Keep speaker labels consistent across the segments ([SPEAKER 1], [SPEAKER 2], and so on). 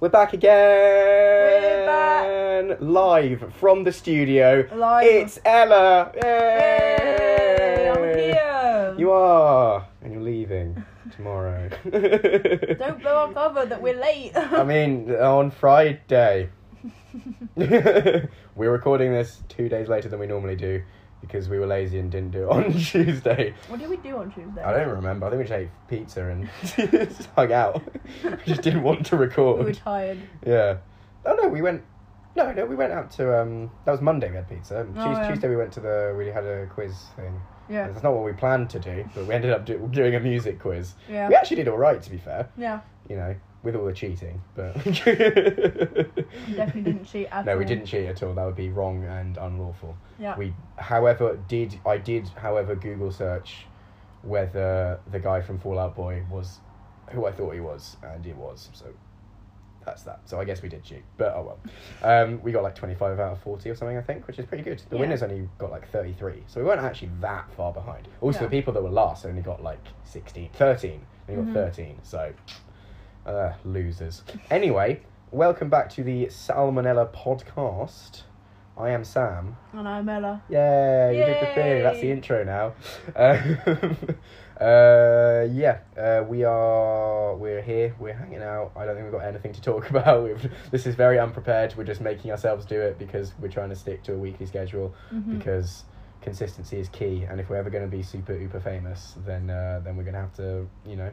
[SPEAKER 1] We're back again. We're
[SPEAKER 2] back.
[SPEAKER 1] Live from the studio.
[SPEAKER 2] Live.
[SPEAKER 1] It's Ella. Yay.
[SPEAKER 2] Yay, I'm here.
[SPEAKER 1] You are, and you're leaving tomorrow.
[SPEAKER 2] Don't blow our cover that we're late.
[SPEAKER 1] I mean, on Friday. we're recording this two days later than we normally do because we were lazy and didn't do it on Tuesday.
[SPEAKER 2] what did we do on Tuesday?
[SPEAKER 1] I don't remember. I think we just ate pizza and just hung out. we just didn't want to record.
[SPEAKER 2] We were tired.
[SPEAKER 1] Yeah. Oh no, we went. No, no, we went out to. Um, that was Monday. We had pizza. And
[SPEAKER 2] Oh,
[SPEAKER 1] Tues-
[SPEAKER 2] yeah.
[SPEAKER 1] Tuesday we went to the. We had a quiz thing.
[SPEAKER 2] Yeah,
[SPEAKER 1] That's not what we planned to do, but we ended up do- doing a music quiz.
[SPEAKER 2] yeah,
[SPEAKER 1] We actually did all right, to be fair.
[SPEAKER 2] yeah.
[SPEAKER 1] You know, with all the cheating, but
[SPEAKER 2] Definitely
[SPEAKER 1] definitely
[SPEAKER 2] didn't cheat at
[SPEAKER 1] No,
[SPEAKER 2] all.
[SPEAKER 1] we didn't cheat at all. That would be wrong and unlawful.
[SPEAKER 2] Yeah.
[SPEAKER 1] We, however, did I did, however, Google search whether the guy from Fallout Boy was who I thought he was, and it was. So that's that. So I guess we did cheat, but oh well. Um, we got like twenty five out of forty or something, I think, which is pretty good. The
[SPEAKER 2] Yeah.
[SPEAKER 1] winners only got like thirty three, so we weren't actually that far behind. Also,
[SPEAKER 2] Yeah.
[SPEAKER 1] the people that were last only got like 16, 13. They got
[SPEAKER 2] Mhm.
[SPEAKER 1] thirteen, so uh, losers. Anyway. Welcome back to the Salmonella podcast. I am Sam.
[SPEAKER 2] And I'm Ella.
[SPEAKER 1] Yeah, you did the thing. That's the
[SPEAKER 2] Yay.
[SPEAKER 1] intro now. Um, uh, yeah, uh, we are we're here. We're hanging out. I don't think we've got anything to talk about. We've, this is very unprepared. We're just making ourselves do it because we're trying to stick to a weekly schedule
[SPEAKER 2] Mhm.
[SPEAKER 1] because consistency is key. And if we're ever going to be super uber famous, then uh, then we're going to have to you know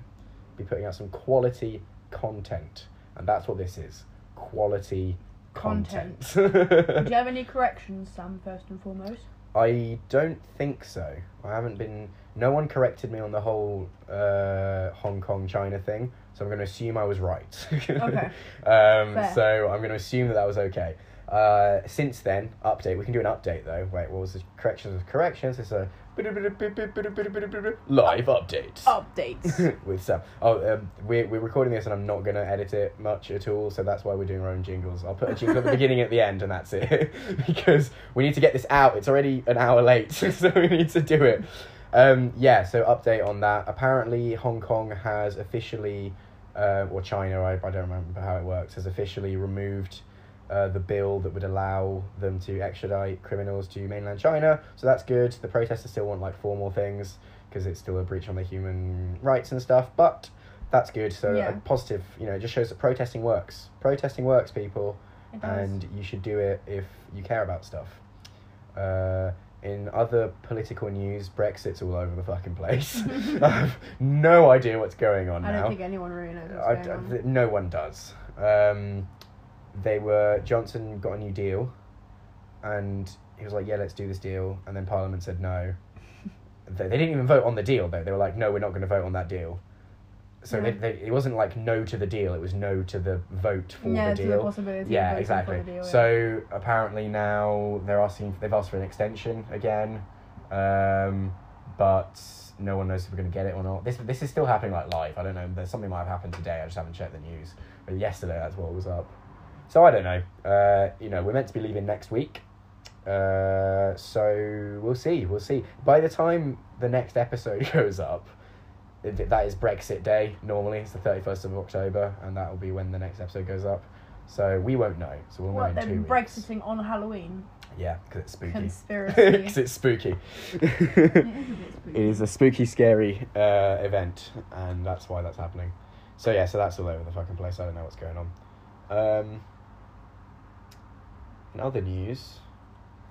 [SPEAKER 1] be putting out some quality content, and that's what this is. Quality
[SPEAKER 2] Content.
[SPEAKER 1] content.
[SPEAKER 2] Do you have any corrections, Sam? First and foremost.
[SPEAKER 1] I don't think so. I haven't been. No one corrected me on the whole uh, Hong Kong China thing, so I'm going to assume I was right.
[SPEAKER 2] Okay.
[SPEAKER 1] um,
[SPEAKER 2] Fair.
[SPEAKER 1] so I'm going to assume that that was okay. Uh, since then, update. We can do an update though. Wait, what was the corrections? Of corrections. It's a live update
[SPEAKER 2] Oh, Updates.
[SPEAKER 1] with Sam. Oh, um, we're, we're recording this and I'm not going to edit it much at all, so that's why we're doing our own jingles. I'll put a jingle at the beginning at the end and that's it. because we need to get this out. It's already an hour late, so we need to do it. Um, yeah, so update on that. Apparently, Hong Kong has officially, uh, or China, I, I don't remember how it works, has officially removed. Uh, the bill that would allow them to extradite criminals to mainland China, so that's good. The protesters still want like four more things because it's still a breach on the human rights and stuff. But that's good. So
[SPEAKER 2] Yeah.
[SPEAKER 1] a positive, you know, it just shows that protesting works. Protesting works, people,
[SPEAKER 2] It does.
[SPEAKER 1] and you should do it if you care about stuff. Uh, in other political news, Brexit's all over the fucking place. I have no idea what's going on
[SPEAKER 2] I
[SPEAKER 1] now.
[SPEAKER 2] don't think anyone really knows what's
[SPEAKER 1] I,
[SPEAKER 2] going on.
[SPEAKER 1] th- no one does. Um, they were Johnson got a new deal, and he was like, "Yeah, let's do this deal," and then Parliament said no. they, they didn't even vote on the deal though. They were like, "No, we're not going to vote on that deal." So
[SPEAKER 2] Yeah.
[SPEAKER 1] they, they, it wasn't like no to the deal. It was no to the vote for
[SPEAKER 2] yeah,
[SPEAKER 1] the
[SPEAKER 2] to
[SPEAKER 1] deal.
[SPEAKER 2] the possibility. of
[SPEAKER 1] yeah,
[SPEAKER 2] voting
[SPEAKER 1] exactly.
[SPEAKER 2] For the deal, yeah.
[SPEAKER 1] So apparently now they're asking. They've asked for an extension again, um, but no one knows if we're going to get it or not. This this is still happening like live. I don't know. There's something might have happened today. I just haven't checked the news. But yesterday that's what was up. So I don't know. Uh, you know, we're meant to be leaving next week. Uh, so we'll see. We'll see. By the time the next episode goes up, th- that is Brexit Day. Normally, it's the thirty first of October, and that will be when the next episode goes up. So we won't know. So we'll
[SPEAKER 2] what
[SPEAKER 1] know in
[SPEAKER 2] they're
[SPEAKER 1] two weeks.
[SPEAKER 2] Brexiting on Halloween?
[SPEAKER 1] Yeah, because it's spooky. Because
[SPEAKER 2] Conspiracy.
[SPEAKER 1] it's spooky.
[SPEAKER 2] It
[SPEAKER 1] it
[SPEAKER 2] is a bit spooky.
[SPEAKER 1] is a spooky, scary uh, event, and that's why that's happening. So yeah, so that's all over the fucking place. I don't know what's going on. Um, in other news,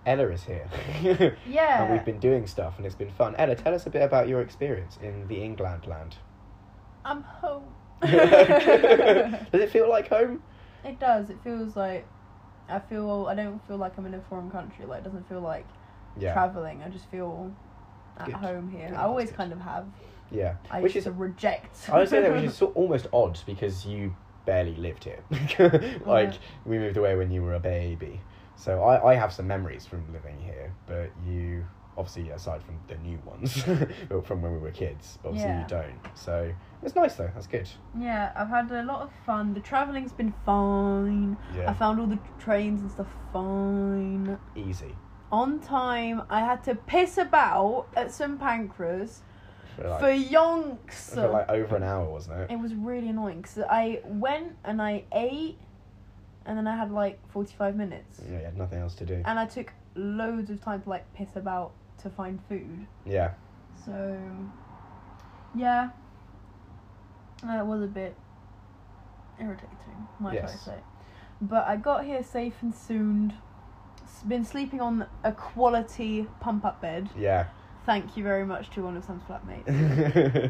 [SPEAKER 1] Ella is here,
[SPEAKER 2] Yeah.
[SPEAKER 1] and we've been doing stuff, and it's been fun. Ella, tell us a bit about your experience in the England land.
[SPEAKER 2] I'm home.
[SPEAKER 1] Does it feel like home?
[SPEAKER 2] It does. It feels like I feel. I don't feel like I'm in a foreign country. Like it doesn't feel like traveling. I just feel at
[SPEAKER 1] Good.
[SPEAKER 2] home here.
[SPEAKER 1] Yeah,
[SPEAKER 2] I
[SPEAKER 1] that's
[SPEAKER 2] always
[SPEAKER 1] good.
[SPEAKER 2] kind of have.
[SPEAKER 1] yeah.
[SPEAKER 2] I
[SPEAKER 1] Which
[SPEAKER 2] used
[SPEAKER 1] is
[SPEAKER 2] to reject.
[SPEAKER 1] I would say that which is so, almost odd because you barely lived here. like
[SPEAKER 2] Yeah.
[SPEAKER 1] we moved away when you were a baby, so I, I have some memories from living here, but you obviously aside from the new ones but from when we were kids, but obviously
[SPEAKER 2] Yeah.
[SPEAKER 1] you don't. So it's nice though. That's good.
[SPEAKER 2] yeah, I've had a lot of fun. The traveling's been fine. I
[SPEAKER 1] Yeah,
[SPEAKER 2] found all the trains and stuff fine.
[SPEAKER 1] easy.
[SPEAKER 2] On time. I had to piss about at St Pancras
[SPEAKER 1] For like,
[SPEAKER 2] for yonks.
[SPEAKER 1] for like over an hour, wasn't it?
[SPEAKER 2] It was really annoying because I went and I ate and then I had like forty five minutes,
[SPEAKER 1] Yeah, you had nothing else to do.
[SPEAKER 2] and I took loads of time to like piss about to find food.
[SPEAKER 1] Yeah.
[SPEAKER 2] So, yeah, that was a bit irritating, might
[SPEAKER 1] Yes.
[SPEAKER 2] I say. But I got here safe and soon. S- Been sleeping on a quality pump up bed.
[SPEAKER 1] Yeah.
[SPEAKER 2] Thank you very much to one of Sam's flatmates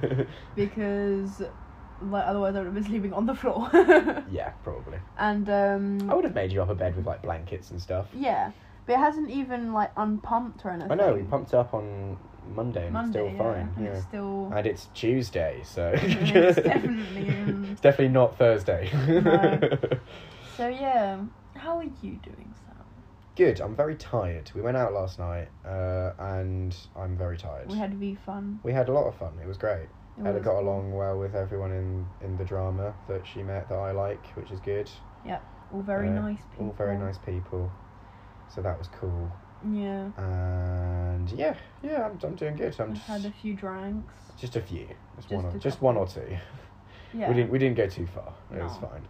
[SPEAKER 1] yeah,
[SPEAKER 2] because, like, otherwise I would have been sleeping on the floor.
[SPEAKER 1] probably.
[SPEAKER 2] and
[SPEAKER 1] I
[SPEAKER 2] um,
[SPEAKER 1] would have made you up a bed with like blankets and stuff.
[SPEAKER 2] yeah, but it hasn't even like unpumped or anything.
[SPEAKER 1] I know, we pumped up on Monday and
[SPEAKER 2] Monday,
[SPEAKER 1] it's still fine.
[SPEAKER 2] and
[SPEAKER 1] Yeah.
[SPEAKER 2] it's still
[SPEAKER 1] And it's Tuesday, so
[SPEAKER 2] It's definitely, um,
[SPEAKER 1] It's definitely not Thursday.
[SPEAKER 2] No. So yeah, how are you doing, Sam?
[SPEAKER 1] Good. I'm very tired. We went out last night, uh, and I'm very tired.
[SPEAKER 2] We had V fun.
[SPEAKER 1] We had a lot of fun. It was great.
[SPEAKER 2] It
[SPEAKER 1] Ella
[SPEAKER 2] was-
[SPEAKER 1] got along well with everyone in, in the drama that she met that I like, which is good.
[SPEAKER 2] All very
[SPEAKER 1] uh,
[SPEAKER 2] nice people.
[SPEAKER 1] All very nice people. So that was cool.
[SPEAKER 2] Yeah.
[SPEAKER 1] And yeah, yeah, I'm, I'm doing good. I'm
[SPEAKER 2] I've had
[SPEAKER 1] just,
[SPEAKER 2] a few drinks.
[SPEAKER 1] just a few. Just, one
[SPEAKER 2] Just
[SPEAKER 1] or
[SPEAKER 2] a
[SPEAKER 1] just
[SPEAKER 2] couple.
[SPEAKER 1] one or two.
[SPEAKER 2] Yeah.
[SPEAKER 1] We didn't we didn't go too far. It was
[SPEAKER 2] No.
[SPEAKER 1] fine.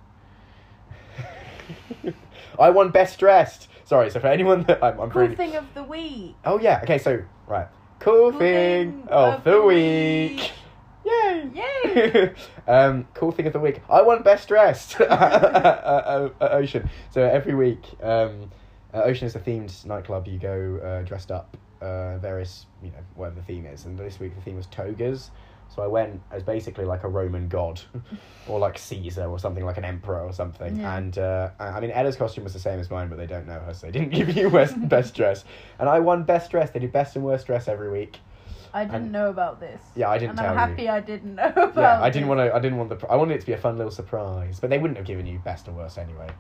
[SPEAKER 1] I won best dressed. Sorry, so for anyone that I'm, I'm
[SPEAKER 2] cool
[SPEAKER 1] really
[SPEAKER 2] thing of the week.
[SPEAKER 1] Oh yeah, okay, so right. Cool, thing, of, the, week. Yay!
[SPEAKER 2] Yay!
[SPEAKER 1] um, cool thing of the week. I won best Uh, dressed at, at- at uh, Ocean. So every week, um, uh, Ocean is a themed nightclub. You go uh, dressed up, uh, various you know whatever the theme is. And this week the theme was togas. So I went as basically like a Roman god, or like Caesar, or something like an emperor or something.
[SPEAKER 2] Yeah.
[SPEAKER 1] And uh, I I mean Ella's costume was the same as mine, but they don't know her, so they didn't give you best, best dress. And I won best dress. They do best and worst dress every week.
[SPEAKER 2] I didn't
[SPEAKER 1] And-
[SPEAKER 2] know about this.
[SPEAKER 1] Yeah, I didn't
[SPEAKER 2] And
[SPEAKER 1] tell
[SPEAKER 2] I'm
[SPEAKER 1] you.
[SPEAKER 2] happy I didn't know about.
[SPEAKER 1] yeah, I didn't want to. I didn't want the. I wanted it to be a fun little surprise, but they wouldn't have given you best or worst anyway,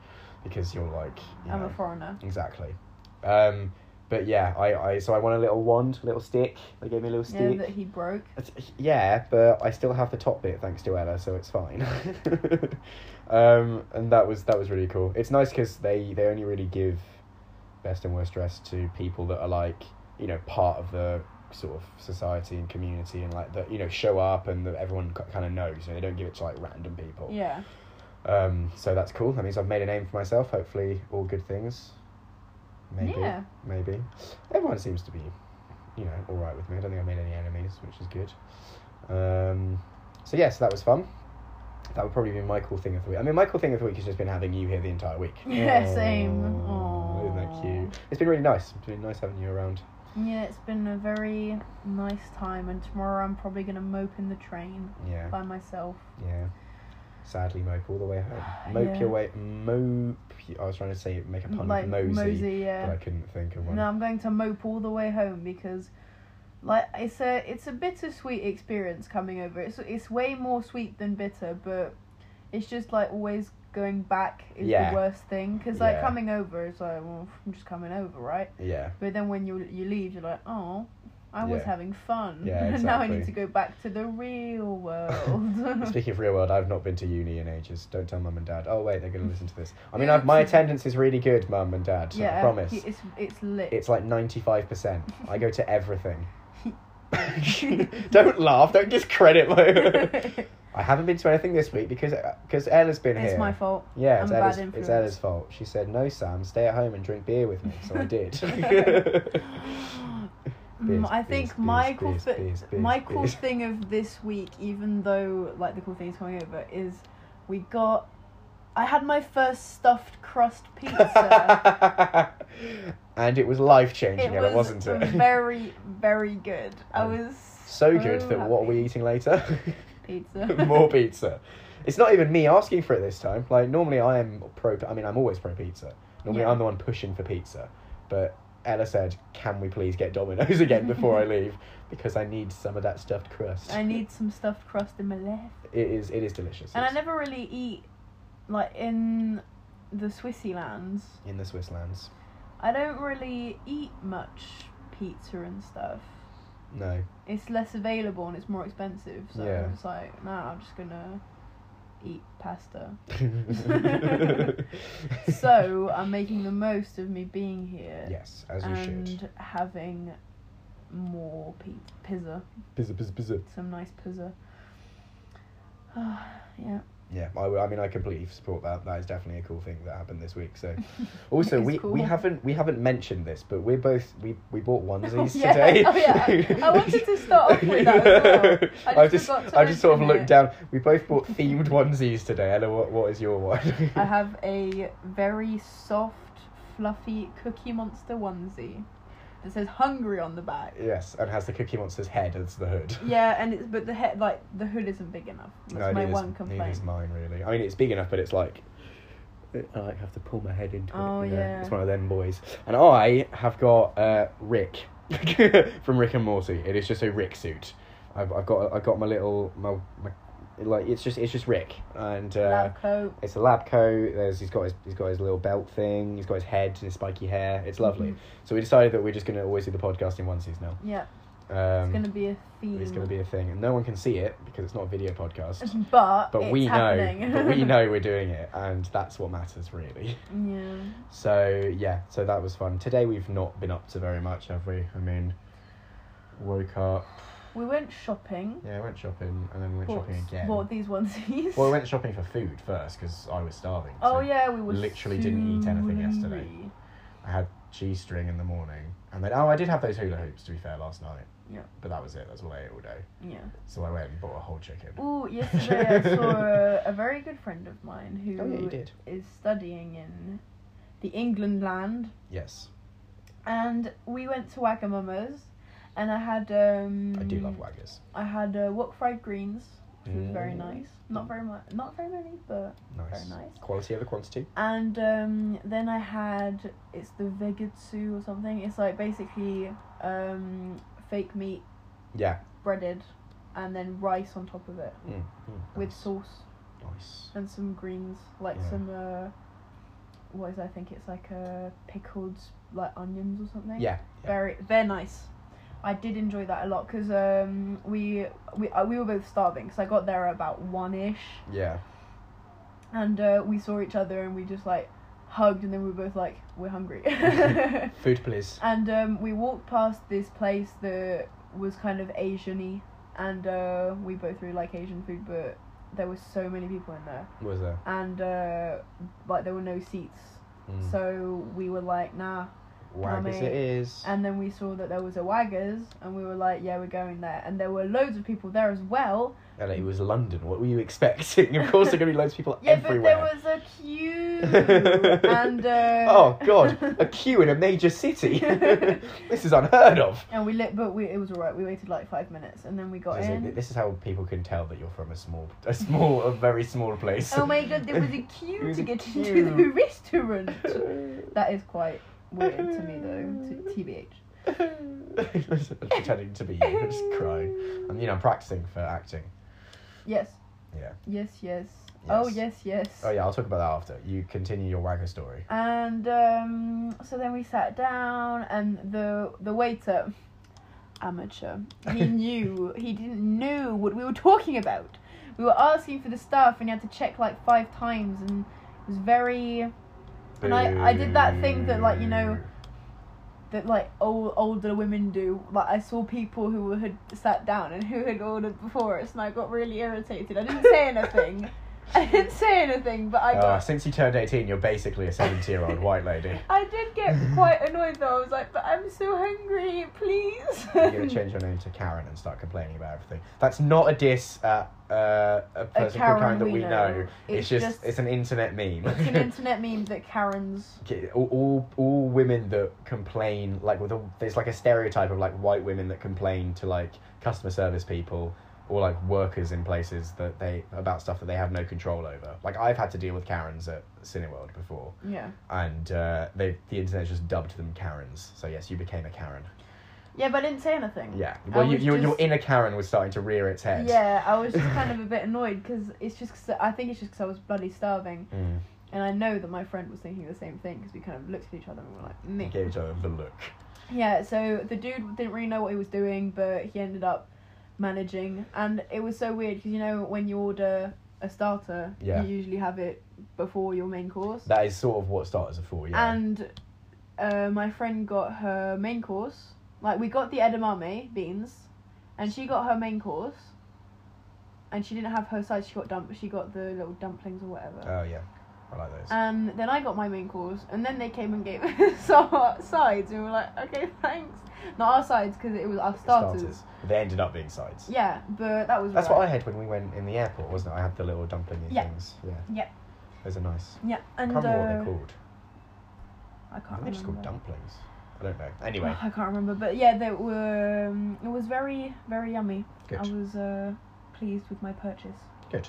[SPEAKER 1] because you're like. You
[SPEAKER 2] I'm
[SPEAKER 1] know,
[SPEAKER 2] a foreigner.
[SPEAKER 1] exactly. Um, but yeah, I, I so I won a little wand, a little stick. They gave me a little
[SPEAKER 2] Yeah,
[SPEAKER 1] stick.
[SPEAKER 2] that he broke.
[SPEAKER 1] It's- yeah, but I still have the top bit thanks to Ella, so it's fine. um, and that was that was really cool. It's nice because they they only really give best and worst dress to people that are like you know part of the sort of society and community and like that you know show up and that everyone kind of knows. You know, they don't give it to like random people.
[SPEAKER 2] Yeah.
[SPEAKER 1] Um, so that's cool. That means I've made a name for myself. Hopefully, all good things. Maybe.
[SPEAKER 2] Yeah.
[SPEAKER 1] Maybe. Everyone seems to be, you know, all right with me. I don't think I made any enemies, which is good. Um, so yes, that was fun. That would probably be my cool thing of the week. I mean, my cool thing of the week has just been having you here the entire week.
[SPEAKER 2] Yeah, same.
[SPEAKER 1] Aw, Isn't that
[SPEAKER 2] Aw.
[SPEAKER 1] cute? It's been really nice. It's been nice having you around.
[SPEAKER 2] Yeah, it's been a very nice time, and tomorrow I'm probably gonna mope in the train
[SPEAKER 1] Yeah.
[SPEAKER 2] by myself.
[SPEAKER 1] Yeah. Sadly, mope all the way home. Mope
[SPEAKER 2] Yeah.
[SPEAKER 1] your way. Mope. I was trying to say make a pun
[SPEAKER 2] like
[SPEAKER 1] with mosey,
[SPEAKER 2] yeah.
[SPEAKER 1] but I couldn't think of one.
[SPEAKER 2] No, I'm going to mope all the way home because, like, it's a it's a bittersweet experience coming over. It's it's way more sweet than bitter, but it's just like always going back is
[SPEAKER 1] Yeah.
[SPEAKER 2] the worst thing because like
[SPEAKER 1] Yeah.
[SPEAKER 2] coming over is like well, I'm just coming over, right?
[SPEAKER 1] Yeah,
[SPEAKER 2] But then when you you leave, you're like, oh, I was
[SPEAKER 1] Yeah.
[SPEAKER 2] having fun,
[SPEAKER 1] Yeah,
[SPEAKER 2] and now I need to
[SPEAKER 1] exactly.
[SPEAKER 2] go back to the real world.
[SPEAKER 1] Speaking of real world, I've not been to uni in ages. Don't tell mum and dad. Oh wait, they're going to listen to this. I mean,
[SPEAKER 2] Mm. Yeah.
[SPEAKER 1] I've, my attendance is really good, mum and dad. I promise.
[SPEAKER 2] he- It's it's lit.
[SPEAKER 1] It's like ninety five percent. I go to everything. don't laugh. Don't discredit my. I haven't been to anything this week because because Ella's been
[SPEAKER 2] It's
[SPEAKER 1] here.
[SPEAKER 2] my fault.
[SPEAKER 1] Yeah, it's
[SPEAKER 2] I'm a bad
[SPEAKER 1] Ella's, it's
[SPEAKER 2] influence.
[SPEAKER 1] Ella's fault. She said, "No, Sam, stay at home and drink beer with me." So I did.
[SPEAKER 2] Mm,
[SPEAKER 1] Beers,
[SPEAKER 2] I
[SPEAKER 1] beers,
[SPEAKER 2] think
[SPEAKER 1] beers,
[SPEAKER 2] my cool,
[SPEAKER 1] beers,
[SPEAKER 2] thi-
[SPEAKER 1] beers, beers,
[SPEAKER 2] my cool
[SPEAKER 1] beers.
[SPEAKER 2] thing of this week, even though like the cool thing is coming over, is we got. I had my first stuffed crust pizza.
[SPEAKER 1] and it was life changing,
[SPEAKER 2] it
[SPEAKER 1] Ella,
[SPEAKER 2] was
[SPEAKER 1] wasn't it?
[SPEAKER 2] very, very good. I
[SPEAKER 1] Um,
[SPEAKER 2] was
[SPEAKER 1] so good that what are we
[SPEAKER 2] happy.
[SPEAKER 1] eating later?
[SPEAKER 2] Oh, pizza
[SPEAKER 1] More pizza. It's not even me asking for it this time. Like normally I am pro. I mean I'm always pro pizza. Normally
[SPEAKER 2] Yeah.
[SPEAKER 1] I'm the one pushing for pizza, but Ella said, "Can we please get Domino's again before I leave because I need some of that stuffed crust."
[SPEAKER 2] I need some stuffed crust in my life,
[SPEAKER 1] It is. It is delicious.
[SPEAKER 2] and I
[SPEAKER 1] It's
[SPEAKER 2] never really eat like in the Swissy lands.
[SPEAKER 1] in the Swiss lands.
[SPEAKER 2] I don't really eat much pizza and stuff.
[SPEAKER 1] No.
[SPEAKER 2] it's less available and it's more expensive. So
[SPEAKER 1] Yeah.
[SPEAKER 2] it's like, nah, I'm just gonna eat pasta. so I'm making the most of me being here
[SPEAKER 1] Yes, as you
[SPEAKER 2] and
[SPEAKER 1] should.
[SPEAKER 2] having more pe- pizza,
[SPEAKER 1] Pizza, pizza, pizza.
[SPEAKER 2] some nice pizza. yeah,
[SPEAKER 1] yeah, I, I mean, I completely support that. That is definitely a cool thing that happened this week. So, also,
[SPEAKER 2] It's
[SPEAKER 1] we, we
[SPEAKER 2] cool.
[SPEAKER 1] haven't we haven't mentioned this, but we're both we, we bought onesies
[SPEAKER 2] yeah.
[SPEAKER 1] today.
[SPEAKER 2] Oh, yeah. I wanted to start off with that as well. I
[SPEAKER 1] I just,
[SPEAKER 2] just forgot to
[SPEAKER 1] I just sort of
[SPEAKER 2] mention
[SPEAKER 1] looked
[SPEAKER 2] it.
[SPEAKER 1] down. We both bought themed onesies today. Ella, what, what is your one?
[SPEAKER 2] I have a very soft, fluffy Cookie Monster onesie that says "Hungry" on the back.
[SPEAKER 1] yes, and has the Cookie Monster's head as the hood.
[SPEAKER 2] Yeah, and it's but the head like the hood isn't big enough. That's my
[SPEAKER 1] neither's-
[SPEAKER 2] one
[SPEAKER 1] neither's
[SPEAKER 2] complaint.
[SPEAKER 1] mine really. I mean, it's big enough, but it's like I like have to pull my head into
[SPEAKER 2] Oh,
[SPEAKER 1] it. you know?
[SPEAKER 2] yeah.
[SPEAKER 1] it's one of them boys. And I have got uh, Rick from Rick and Morty. It is just a Rick suit. I've, I've got I've got my little my, my like it's just it's just Rick and. Uh,
[SPEAKER 2] Lab coat.
[SPEAKER 1] it's a lab coat. There's he's got his he's got his little belt thing. He's got his head and his spiky hair. It's lovely.
[SPEAKER 2] Mhm.
[SPEAKER 1] So we decided that we're just gonna always do the podcast in onesies now.
[SPEAKER 2] Yeah,
[SPEAKER 1] Um,
[SPEAKER 2] it's gonna be a theme.
[SPEAKER 1] it's gonna be a thing, and no one can see it because it's not a video podcast
[SPEAKER 2] But,
[SPEAKER 1] but
[SPEAKER 2] it's
[SPEAKER 1] we
[SPEAKER 2] happening.
[SPEAKER 1] know but we know we're doing it and that's what matters really
[SPEAKER 2] yeah.
[SPEAKER 1] so yeah so that was fun today we've not been up to very much have we i mean woke up
[SPEAKER 2] We went shopping.
[SPEAKER 1] yeah went shopping and then went
[SPEAKER 2] Bought,
[SPEAKER 1] shopping again
[SPEAKER 2] bought these onesies.
[SPEAKER 1] well we went shopping for food first because i was starving
[SPEAKER 2] Oh
[SPEAKER 1] so
[SPEAKER 2] yeah, we were
[SPEAKER 1] literally didn't eat anything yesterday.
[SPEAKER 2] hungry.
[SPEAKER 1] i had cheese string in the morning and then oh i did have those hula hoops to be fair last night
[SPEAKER 2] Yeah.
[SPEAKER 1] but that was it that's all i ate all day
[SPEAKER 2] Yeah.
[SPEAKER 1] so i went and bought a whole chicken
[SPEAKER 2] Oh, yesterday I saw a, a very good friend of mine who is
[SPEAKER 1] oh yeah you did
[SPEAKER 2] studying in the England land,
[SPEAKER 1] yes
[SPEAKER 2] and we went to Wagamama's, and I had um.
[SPEAKER 1] i do love waggers
[SPEAKER 2] I had uh, wok fried greens, which was very
[SPEAKER 1] Mm.
[SPEAKER 2] nice. Not very much, not very many, but
[SPEAKER 1] nice
[SPEAKER 2] very nice.
[SPEAKER 1] quality over quantity
[SPEAKER 2] And um, then I had it's the vegetsu or something. It's like basically um, fake meat
[SPEAKER 1] yeah
[SPEAKER 2] breaded, and then rice on top of it
[SPEAKER 1] Mm.
[SPEAKER 2] with sauce
[SPEAKER 1] nice.
[SPEAKER 2] and some greens, like
[SPEAKER 1] Yeah.
[SPEAKER 2] some uh, what is it? I think it's like uh, pickled like onions or something.
[SPEAKER 1] Yeah. yeah.
[SPEAKER 2] very they're nice. I did enjoy that a lot because um, we we uh, we were both starving because I got there at about one ish,
[SPEAKER 1] Yeah.
[SPEAKER 2] and uh, we saw each other and we just like hugged and then we were both like we're hungry,
[SPEAKER 1] Food, please.
[SPEAKER 2] and um, we walked past this place that was kind of Asian-y and uh, we both really like Asian food, but there were so many people in there
[SPEAKER 1] Was there?
[SPEAKER 2] and uh, like there were no seats,
[SPEAKER 1] Mm.
[SPEAKER 2] so we were like nah
[SPEAKER 1] Waggers
[SPEAKER 2] Mummy.
[SPEAKER 1] it is.
[SPEAKER 2] And then we saw that there was a Waggers, and we were like, yeah, we're going there. And there were loads of people there as well.
[SPEAKER 1] And it was London. What were you expecting? Of course, there are going to be loads of people
[SPEAKER 2] Yeah,
[SPEAKER 1] everywhere.
[SPEAKER 2] but there was a queue. and uh,
[SPEAKER 1] oh God, a queue in a major city. this is unheard of.
[SPEAKER 2] and we lit, but we it was alright. We waited like five minutes, and then we got
[SPEAKER 1] This is-
[SPEAKER 2] in.
[SPEAKER 1] This is how people can tell that you're from a small, a small, a very small place.
[SPEAKER 2] Oh my god, there was a
[SPEAKER 1] It
[SPEAKER 2] queue
[SPEAKER 1] was
[SPEAKER 2] to
[SPEAKER 1] a
[SPEAKER 2] get into the
[SPEAKER 1] queue.
[SPEAKER 2] restaurant. That is quite weird to me though. To tbh.
[SPEAKER 1] pretending to be you, I'm just crying. And you know, I'm practicing for acting.
[SPEAKER 2] Yes.
[SPEAKER 1] Yeah.
[SPEAKER 2] Yes. Yes. Oh yes.
[SPEAKER 1] Yes.
[SPEAKER 2] Yes.
[SPEAKER 1] Oh yeah, I'll talk about that after. You continue your wagger story.
[SPEAKER 2] And um, so then we sat down, and the the waiter, amateur, he knew he didn't know what we were talking about. We were asking for the stuff, and he had to check like five times, and it was very And I- I did that thing that, like, you know,
[SPEAKER 1] Boo.
[SPEAKER 2] that like old older women do. Like I saw people who had sat down and who had ordered before us, and I got really irritated. I didn't say anything. I didn't say anything, but I
[SPEAKER 1] Ah,
[SPEAKER 2] got
[SPEAKER 1] since you turned 18, you're basically a 70 year old white lady.
[SPEAKER 2] I did get quite annoyed though. I was like, but I'm so hungry, please.
[SPEAKER 1] You're going to change your name to Karen and start complaining about everything. That's not a diss at uh, a person called Karen that we know. It's, just, it's an internet meme.
[SPEAKER 2] it's an internet meme that Karen's.
[SPEAKER 1] Okay, all, all all women that complain like with a, there's like a stereotype of like white women that complain to like customer service people or like workers in places that they about stuff that they have no control over. Like I've had to deal with Karens at Cineworld before.
[SPEAKER 2] Yeah.
[SPEAKER 1] and uh, they the internet just dubbed them Karens. So yes, you became a Karen.
[SPEAKER 2] Yeah, but I didn't say anything.
[SPEAKER 1] Yeah. Well, you,
[SPEAKER 2] was
[SPEAKER 1] you, your
[SPEAKER 2] Oh. just-
[SPEAKER 1] inner Karen was starting to rear its head.
[SPEAKER 2] Yeah, I was just kind of a bit annoyed because it's just. 'cause I think it's just because I was bloody starving,
[SPEAKER 1] Mm.
[SPEAKER 2] and I know that my friend was thinking the same thing because we kind of looked at each other and we were like,
[SPEAKER 1] They
[SPEAKER 2] meh.
[SPEAKER 1] gave each other the look.
[SPEAKER 2] Yeah, so the dude didn't really know what he was doing, but he ended up managing, and it was so weird because you know when you order a starter,
[SPEAKER 1] Yeah.
[SPEAKER 2] you usually have it before your main course,
[SPEAKER 1] That is sort of what starters are for. Yeah.
[SPEAKER 2] and uh, my friend got her main course. Like we got the edamame beans, and she got her main course, and she didn't have her side. She got dump. She got the little dumplings or whatever.
[SPEAKER 1] Oh yeah, I like those.
[SPEAKER 2] And Um, then I got my main course, and then they came and gave us our sides. And we were like, okay, thanks. Not our sides because it was our starters.
[SPEAKER 1] Starters. They ended up being sides.
[SPEAKER 2] Yeah, but that was.
[SPEAKER 1] That's
[SPEAKER 2] right.
[SPEAKER 1] what I had when we went in the airport, wasn't it? I had the little dumpling
[SPEAKER 2] Yeah.
[SPEAKER 1] things. Yeah.
[SPEAKER 2] Yeah.
[SPEAKER 1] Those are nice.
[SPEAKER 2] Yeah, and
[SPEAKER 1] I can't remember what
[SPEAKER 2] uh,
[SPEAKER 1] they're called.
[SPEAKER 2] I
[SPEAKER 1] I
[SPEAKER 2] can't
[SPEAKER 1] think
[SPEAKER 2] remember.
[SPEAKER 1] they're just called dumplings. I don't know. Anyway,
[SPEAKER 2] Oh, I can't remember, but yeah, they were. Um, it was very, very yummy.
[SPEAKER 1] good.
[SPEAKER 2] I was uh, pleased with my purchase.
[SPEAKER 1] Good.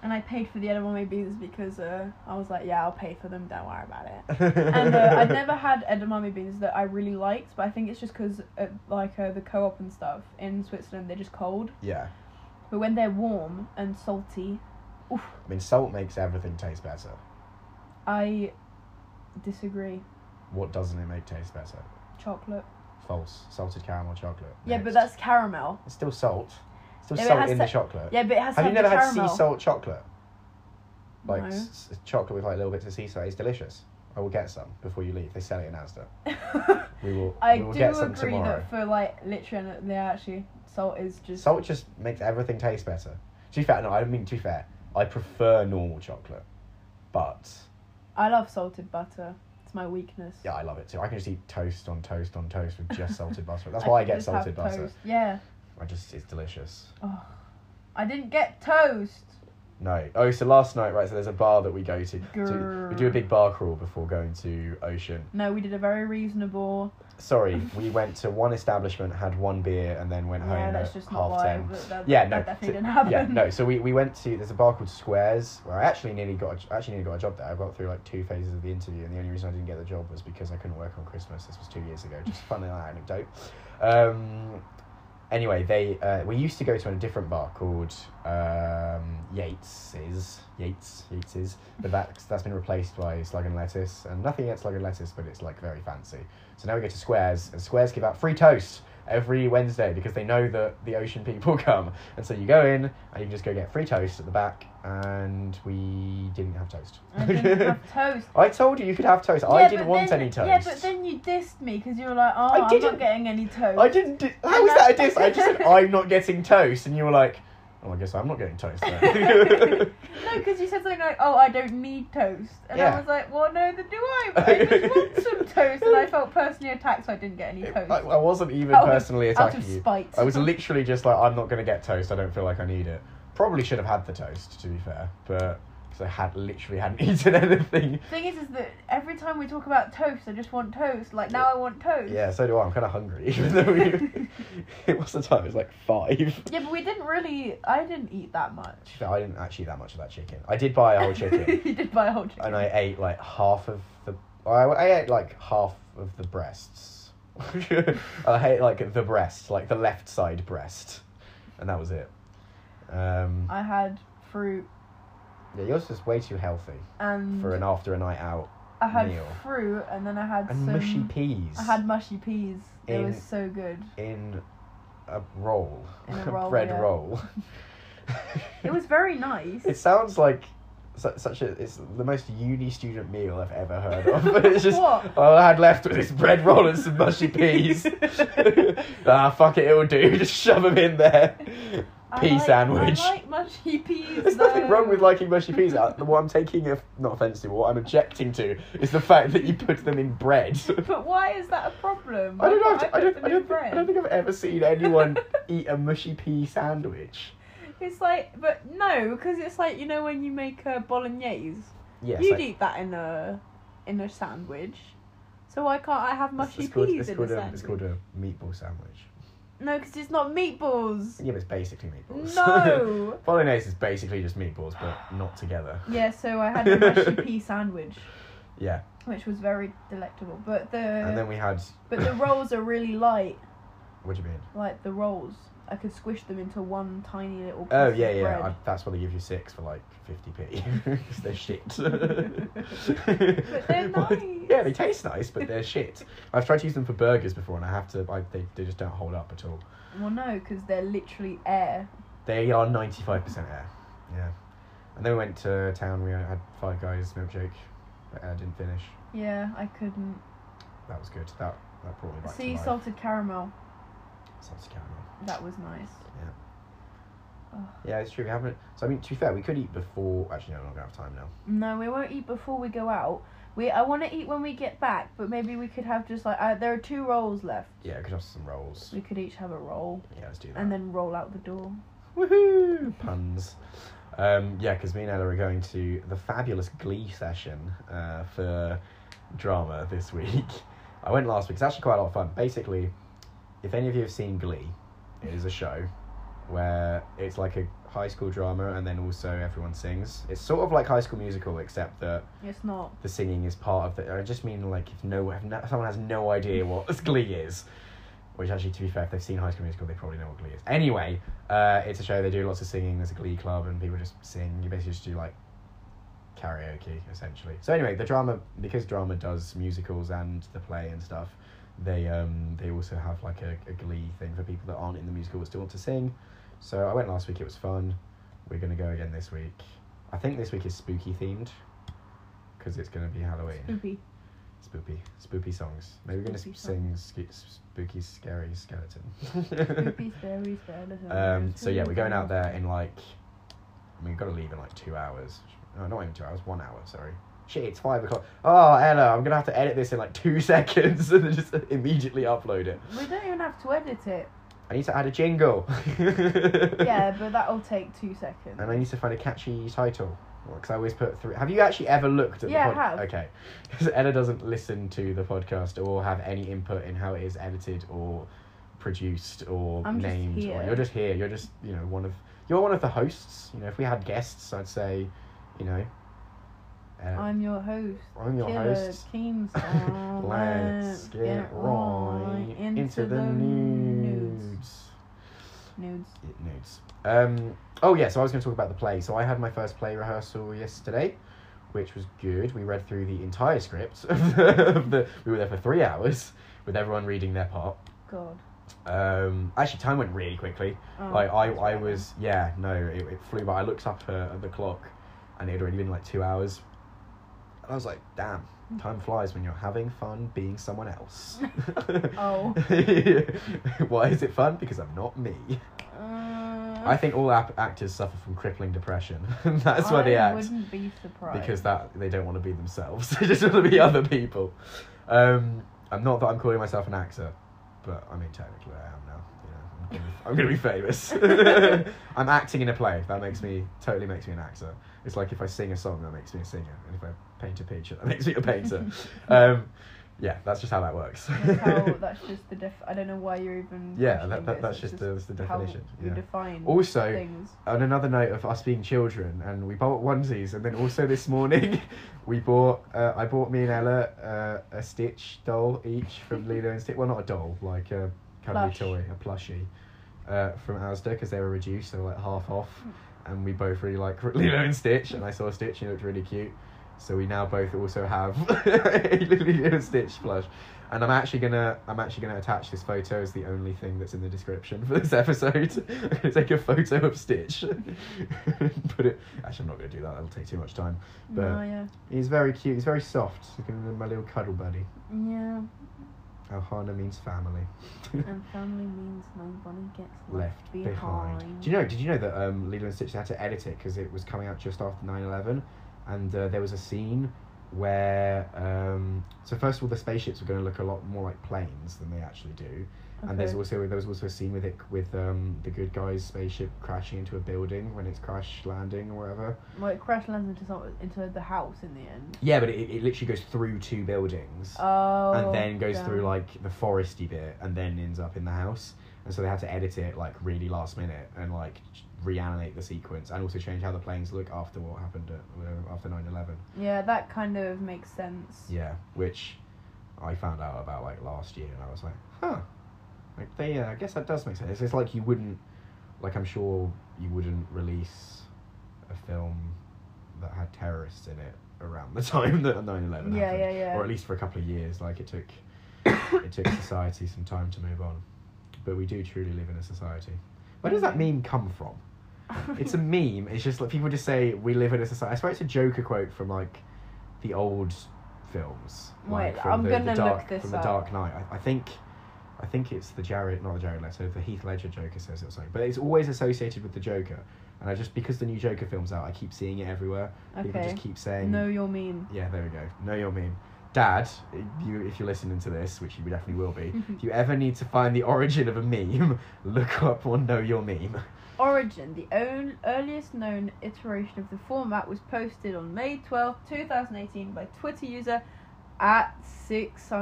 [SPEAKER 2] And I paid for the edamame beans because uh, I was like, yeah, I'll pay for them. Don't worry about it. and uh, I'd never had edamame beans that I really liked, but I think it's just because like uh, the co-op and stuff in Switzerland, they're just cold.
[SPEAKER 1] Yeah.
[SPEAKER 2] But when they're warm and salty, oof,
[SPEAKER 1] I mean, salt makes everything taste better.
[SPEAKER 2] I disagree.
[SPEAKER 1] What doesn't it make taste better?
[SPEAKER 2] Chocolate.
[SPEAKER 1] False. Salted caramel chocolate.
[SPEAKER 2] Yeah,
[SPEAKER 1] Next.
[SPEAKER 2] but that's caramel.
[SPEAKER 1] It's still salt. It's still
[SPEAKER 2] Yeah, but it
[SPEAKER 1] salt
[SPEAKER 2] has
[SPEAKER 1] in the
[SPEAKER 2] sa-
[SPEAKER 1] chocolate.
[SPEAKER 2] Yeah, but it has.
[SPEAKER 1] Have
[SPEAKER 2] to
[SPEAKER 1] you
[SPEAKER 2] the
[SPEAKER 1] never had sea
[SPEAKER 2] caramel.
[SPEAKER 1] salt chocolate? Like
[SPEAKER 2] No.
[SPEAKER 1] s- s- chocolate with like little bits of sea salt. It's delicious. I will get some before you leave. They sell it in Asda. We will.
[SPEAKER 2] I
[SPEAKER 1] we will
[SPEAKER 2] do
[SPEAKER 1] get some
[SPEAKER 2] agree
[SPEAKER 1] tomorrow.
[SPEAKER 2] that for like literally, yeah, actually, salt is just.
[SPEAKER 1] Salt just makes everything taste better. To be fair, no, I don't mean to be fair. I prefer normal chocolate, but
[SPEAKER 2] I love salted butter. It's my weakness.
[SPEAKER 1] yeah, I love it too. I can just eat toast on toast on toast with just salted butter. That's why I,
[SPEAKER 2] could
[SPEAKER 1] get
[SPEAKER 2] just have
[SPEAKER 1] salted butter.
[SPEAKER 2] toast. Yeah.
[SPEAKER 1] I just it's delicious.
[SPEAKER 2] Oh, I didn't get toast.
[SPEAKER 1] No. Oh, so last night, right? So there's a bar that we go to. So
[SPEAKER 2] Grrr.
[SPEAKER 1] we do a big bar crawl before going to Ocean.
[SPEAKER 2] No, we did a very reasonable.
[SPEAKER 1] Sorry, we went to one establishment, had one beer, and then went
[SPEAKER 2] yeah,
[SPEAKER 1] home
[SPEAKER 2] that's
[SPEAKER 1] at
[SPEAKER 2] just not
[SPEAKER 1] half
[SPEAKER 2] why.
[SPEAKER 1] ten.
[SPEAKER 2] That, that,
[SPEAKER 1] Yeah,
[SPEAKER 2] that
[SPEAKER 1] no.
[SPEAKER 2] definitely
[SPEAKER 1] so-
[SPEAKER 2] didn't happen.
[SPEAKER 1] Yeah, no. So we, we went to there's a bar called Squares where I actually nearly got a, actually nearly got a job there. I got through like two phases of the interview, and the only reason I didn't get the job was because I couldn't work on Christmas. This was two years ago. Just a fun little anecdote. Um, anyway, they uh, we used to go to a different bar called um, Yates's Yates Yates's, but that's that's been replaced by Slug and Lettuce, and nothing against Slug and Lettuce, but it's like very fancy. So now we go to Squares, and Squares give out free toast every Wednesday because they know that the ocean people come. And so you go in and you can just go get free toast at the back, and we didn't have toast.
[SPEAKER 2] I didn't have toast.
[SPEAKER 1] I told you you could have toast. I
[SPEAKER 2] Yeah,
[SPEAKER 1] didn't
[SPEAKER 2] but
[SPEAKER 1] want
[SPEAKER 2] then-
[SPEAKER 1] any toast.
[SPEAKER 2] Yeah, but then you dissed me because you were like, "Oh,
[SPEAKER 1] I
[SPEAKER 2] I'm
[SPEAKER 1] didn't-
[SPEAKER 2] not getting any toast."
[SPEAKER 1] I didn't. Di- How is that a diss? I just said I'm not getting toast, and you were like, "Oh, I guess I'm not getting toast." Then.
[SPEAKER 2] no, because you said something like, "Oh, I don't need toast," and
[SPEAKER 1] Yeah.
[SPEAKER 2] I was like, "Well, no, then do I? But I just want some toast." And I felt personally attacked, so I didn't get any
[SPEAKER 1] I,
[SPEAKER 2] toast
[SPEAKER 1] I wasn't even
[SPEAKER 2] Out of-
[SPEAKER 1] personally
[SPEAKER 2] out
[SPEAKER 1] attacking
[SPEAKER 2] of
[SPEAKER 1] you.
[SPEAKER 2] spite.
[SPEAKER 1] I was literally just like, "I'm not going to get toast. I don't feel like I need it." Probably should have had the toast, to be fair, but because I had literally hadn't eaten anything.
[SPEAKER 2] Thing is, is that every time we talk about toast, I just want toast. Like now, I want toast.
[SPEAKER 1] Yeah, so do I. I'm kind of hungry, even though we. it was the time. It was like five.
[SPEAKER 2] Yeah, but we didn't really. I didn't eat that much.
[SPEAKER 1] No, I didn't actually eat that much of that chicken. I did buy a whole chicken,
[SPEAKER 2] you did buy a whole chicken.
[SPEAKER 1] and I ate like half of the. I, I ate like half of the breasts. I ate like the breast, like the left side breast, and that was it. Um,
[SPEAKER 2] I had fruit
[SPEAKER 1] yeah, yours is way too healthy
[SPEAKER 2] and
[SPEAKER 1] for an after a night out.
[SPEAKER 2] I had
[SPEAKER 1] meal.
[SPEAKER 2] fruit and then I had
[SPEAKER 1] And
[SPEAKER 2] some
[SPEAKER 1] mushy peas
[SPEAKER 2] um, I had mushy peas. It
[SPEAKER 1] In-
[SPEAKER 2] was so good.
[SPEAKER 1] in a roll,
[SPEAKER 2] In a roll,
[SPEAKER 1] bread
[SPEAKER 2] yeah.
[SPEAKER 1] roll.
[SPEAKER 2] It was very nice.
[SPEAKER 1] It sounds like su- such a it's the most uni student meal I've ever heard of. it's just
[SPEAKER 2] What?
[SPEAKER 1] all I had left was this bread roll and some mushy peas. ah, fuck it, it'll do. Just shove them in there.
[SPEAKER 2] I
[SPEAKER 1] Pea
[SPEAKER 2] like-
[SPEAKER 1] sandwich.
[SPEAKER 2] I like mushy peas.
[SPEAKER 1] There's nothing
[SPEAKER 2] though.
[SPEAKER 1] wrong with liking mushy peas. Uh, What I'm taking, of, not offensive, what I'm objecting to is the fact that you put them in bread.
[SPEAKER 2] But why is that a problem?
[SPEAKER 1] I don't know.
[SPEAKER 2] Why
[SPEAKER 1] I've-
[SPEAKER 2] can't
[SPEAKER 1] I
[SPEAKER 2] put
[SPEAKER 1] don't.
[SPEAKER 2] them
[SPEAKER 1] I
[SPEAKER 2] in
[SPEAKER 1] don't, think, I
[SPEAKER 2] bread?
[SPEAKER 1] don't think I've ever seen anyone eat a mushy pea sandwich.
[SPEAKER 2] It's like, but no, because it's like you know when you make a bolognese,
[SPEAKER 1] Yes,
[SPEAKER 2] you'd
[SPEAKER 1] I-
[SPEAKER 2] eat that in a in a sandwich. So why can't I have mushy
[SPEAKER 1] it's called,
[SPEAKER 2] peas
[SPEAKER 1] it's
[SPEAKER 2] in
[SPEAKER 1] called
[SPEAKER 2] a
[SPEAKER 1] a,
[SPEAKER 2] sandwich?
[SPEAKER 1] it's called uh, a meatball sandwich.
[SPEAKER 2] No, because it's not meatballs.
[SPEAKER 1] Yeah, but it's basically meatballs.
[SPEAKER 2] No.
[SPEAKER 1] Bolognese is basically just meatballs, but not together.
[SPEAKER 2] yeah, so I had a mushy pea sandwich,
[SPEAKER 1] Yeah,
[SPEAKER 2] which was very delectable. But the
[SPEAKER 1] and then we had.
[SPEAKER 2] Uh, but the rolls are really light,
[SPEAKER 1] what do you mean?
[SPEAKER 2] like the rolls. I could squish them into one tiny little. Piece
[SPEAKER 1] Oh
[SPEAKER 2] of
[SPEAKER 1] yeah, yeah.
[SPEAKER 2] bread.
[SPEAKER 1] I, that's why they give you six for like fifty p. Because they're shit. but
[SPEAKER 2] they're
[SPEAKER 1] Yeah,
[SPEAKER 2] nice.
[SPEAKER 1] they taste nice, but they're shit. I've tried to use them for burgers before, and I have to. I, they they just don't hold up at all.
[SPEAKER 2] Well, no, because they're literally air.
[SPEAKER 1] They are ninety five percent air. Yeah, and then we went to town. We had Five Guys milkshake, but I didn't finish.
[SPEAKER 2] Yeah, I couldn't
[SPEAKER 1] That was good. That that brought me back
[SPEAKER 2] see
[SPEAKER 1] to life.
[SPEAKER 2] salted caramel.
[SPEAKER 1] Salted caramel.
[SPEAKER 2] That was nice.
[SPEAKER 1] Yeah.
[SPEAKER 2] Ugh.
[SPEAKER 1] Yeah, it's true. We haven't. So I mean, to be fair, we could eat before. Actually, no, we're not gonna have time now.
[SPEAKER 2] No, we won't eat before we go out. We I want to eat when we get back, but maybe we could have just like uh, there are two rolls left.
[SPEAKER 1] Yeah, we could have some rolls.
[SPEAKER 2] We could each have a roll
[SPEAKER 1] Yeah, let's do that.
[SPEAKER 2] and then roll out the door.
[SPEAKER 1] Woohoo! Puns. Um, yeah, because me and Ella are going to the fabulous Glee session uh, for drama this week. I went last week. It's actually quite a lot of fun. Basically, if any of you have seen Glee, it is a show where it's like a high school drama and then also everyone sings. It's sort of like High School Musical, except that
[SPEAKER 2] It's not.
[SPEAKER 1] the singing is part of the. I just mean like if no, if no someone has no idea what Glee is, which actually to be fair, if they've seen High School Musical, they probably know what Glee is. Anyway, uh, it's a show they do lots of singing. There's a Glee club and people just sing. You basically just do like karaoke essentially. So anyway, the drama because drama does musicals and the play and stuff. They um they also have like a, a Glee thing for people that aren't in the musical but still want to sing. So I went last week. It was fun. We're gonna go again this week. I think this week is spooky themed because it's gonna be Halloween.
[SPEAKER 2] Spoopy.
[SPEAKER 1] Spoopy, spoopy songs. Maybe we're gonna
[SPEAKER 2] Spoopy
[SPEAKER 1] sp- sing sc- spooky, scary skeleton.
[SPEAKER 2] Spoopy, scary, scary.
[SPEAKER 1] um. So yeah, we're going out there in like. I mean, we've got to leave in like two hours. No, not even two hours. One hour. Sorry. Shit, it's five o'clock. Oh, Ella, I'm gonna have to edit this in like two seconds and then just immediately upload it.
[SPEAKER 2] We don't even have to edit it.
[SPEAKER 1] I need to add a jingle.
[SPEAKER 2] Yeah, but that'll take two seconds.
[SPEAKER 1] And I need to find a catchy title. Because I always put three. Have you actually ever looked at
[SPEAKER 2] Yeah, I
[SPEAKER 1] the pod-
[SPEAKER 2] have.
[SPEAKER 1] Okay. Because Ella doesn't listen to the podcast or have any input in how it is edited or produced or
[SPEAKER 2] I'm just
[SPEAKER 1] named. Or
[SPEAKER 2] here.
[SPEAKER 1] you're just here. You're just, you know, one of. You're one of the hosts. You know, if we had guests, I'd say, you know. Uh,
[SPEAKER 2] I'm your host.
[SPEAKER 1] I'm your
[SPEAKER 2] Killer
[SPEAKER 1] host.
[SPEAKER 2] Keemstar.
[SPEAKER 1] Let's get, right into, the, news.
[SPEAKER 2] Nudes.
[SPEAKER 1] it nudes. Um, oh yeah, so I was going to talk about the play. So I had my first play rehearsal yesterday, which was good. We read through the entire script. Of the, of the, we were there for three hours with everyone reading their part.
[SPEAKER 2] God.
[SPEAKER 1] Um, actually, time went really quickly.
[SPEAKER 2] Oh,
[SPEAKER 1] Like I,
[SPEAKER 2] that's
[SPEAKER 1] I
[SPEAKER 2] right.
[SPEAKER 1] was yeah no it, it flew by. I looked up uh, at the clock, and it had already been like two hours. And I was like, damn, time flies when you're having fun being someone else.
[SPEAKER 2] Oh.
[SPEAKER 1] Why is it fun? Because I'm not me.
[SPEAKER 2] Uh,
[SPEAKER 1] I think all ap- actors suffer from crippling depression. That's why they
[SPEAKER 2] I
[SPEAKER 1] act
[SPEAKER 2] wouldn't be surprised.
[SPEAKER 1] because that they don't want to be themselves. they just want to be other people. Um, I'm not that I'm calling myself an actor, but I mean technically I am now. You know, I'm gonna be- I'm gonna be famous. I'm acting in a play. That makes me totally makes me an actor. It's like if I sing a song, that makes me a singer, and if I paint a picture, that makes me a painter. um, yeah, that's just how that works.
[SPEAKER 2] That's how, that's just the def. I don't know why you're even.
[SPEAKER 1] yeah,
[SPEAKER 2] questioning
[SPEAKER 1] that,
[SPEAKER 2] this,
[SPEAKER 1] that, that's
[SPEAKER 2] it's
[SPEAKER 1] just the, that's the
[SPEAKER 2] how
[SPEAKER 1] definition.
[SPEAKER 2] You
[SPEAKER 1] yeah.
[SPEAKER 2] define
[SPEAKER 1] Also,
[SPEAKER 2] things.
[SPEAKER 1] on another note of us being children, and we bought onesies, and then also this morning, we bought. Uh, I bought me and Ella uh, a Stitch doll each from Lilo and Stitch. Well, not a doll, like a cuddly
[SPEAKER 2] Plush.
[SPEAKER 1] toy, a plushie, uh, from Asda because they were reduced, so like half off. And we both really like Lilo and Stitch, and I saw Stitch, and it looked really cute. So we now both also have a Lilo and Stitch plush. And I'm actually gonna I'm actually gonna attach this photo as the only thing that's in the description for this episode. I'm gonna take a photo of Stitch. Put it actually I'm not gonna do that, that'll take too much time. but-
[SPEAKER 2] no, yeah,
[SPEAKER 1] He's very cute, he's very soft. He's gonna be my little cuddle buddy.
[SPEAKER 2] yeah.
[SPEAKER 1] Ohana means family.
[SPEAKER 2] And family means nobody gets left,
[SPEAKER 1] Left behind.
[SPEAKER 2] behind.
[SPEAKER 1] Do you know did you know that um, Lilo and Stitch they had to edit it because it was coming out just after 9-11 and uh, there was a scene where um, so first of all the spaceships were gonna look a lot more like planes than they actually do.
[SPEAKER 2] Okay.
[SPEAKER 1] And there's also there was also a scene with it with um, the good guy's spaceship crashing into a building when it's crash landing or whatever.
[SPEAKER 2] well, it crash lands into some, into the house in the end.
[SPEAKER 1] Yeah, but it, it literally goes through two buildings
[SPEAKER 2] Oh.
[SPEAKER 1] and then goes through
[SPEAKER 2] damn.
[SPEAKER 1] like the foresty bit and then ends up in the house. And so they had to edit it like really last minute and like reanimate the sequence and also change how the planes look after what happened at, uh, after 9-11.
[SPEAKER 2] Yeah, that kind of makes sense.
[SPEAKER 1] Yeah, which I found out about like last year, and I was like, huh, like they. Uh, I guess that does make sense. It's like you wouldn't, like I'm sure you wouldn't release a film that had terrorists in it around the time that 9/11 happened,
[SPEAKER 2] Yeah, yeah, yeah.
[SPEAKER 1] or at least for a couple of years. Like it took, it took society some time to move on, but we do truly live in a society. Where does that meme come from? it's a meme. It's just like people just say we live in a society. I swear it's a Joker quote from like the old films.
[SPEAKER 2] Wait,
[SPEAKER 1] like, from
[SPEAKER 2] I'm gonna look
[SPEAKER 1] dark,
[SPEAKER 2] this
[SPEAKER 1] from the
[SPEAKER 2] up.
[SPEAKER 1] Dark Knight. I, I think I think it's the Jared, not the Jared Leto, the Heath Ledger Joker says it or something. But it's always associated with the Joker, and I just because the new Joker film's out, I keep seeing it everywhere. People
[SPEAKER 2] Okay.
[SPEAKER 1] just keep saying,
[SPEAKER 2] No, you're mean.
[SPEAKER 1] yeah, there we go. Know your meme. Dad, if you if you're listening to this, which you definitely will be,
[SPEAKER 2] Mm.
[SPEAKER 1] if you ever need to find the origin of a meme, look up or know your meme.
[SPEAKER 2] Origin, the own, earliest known iteration of the format, was posted on May twelfth, two 2018, by Twitter user at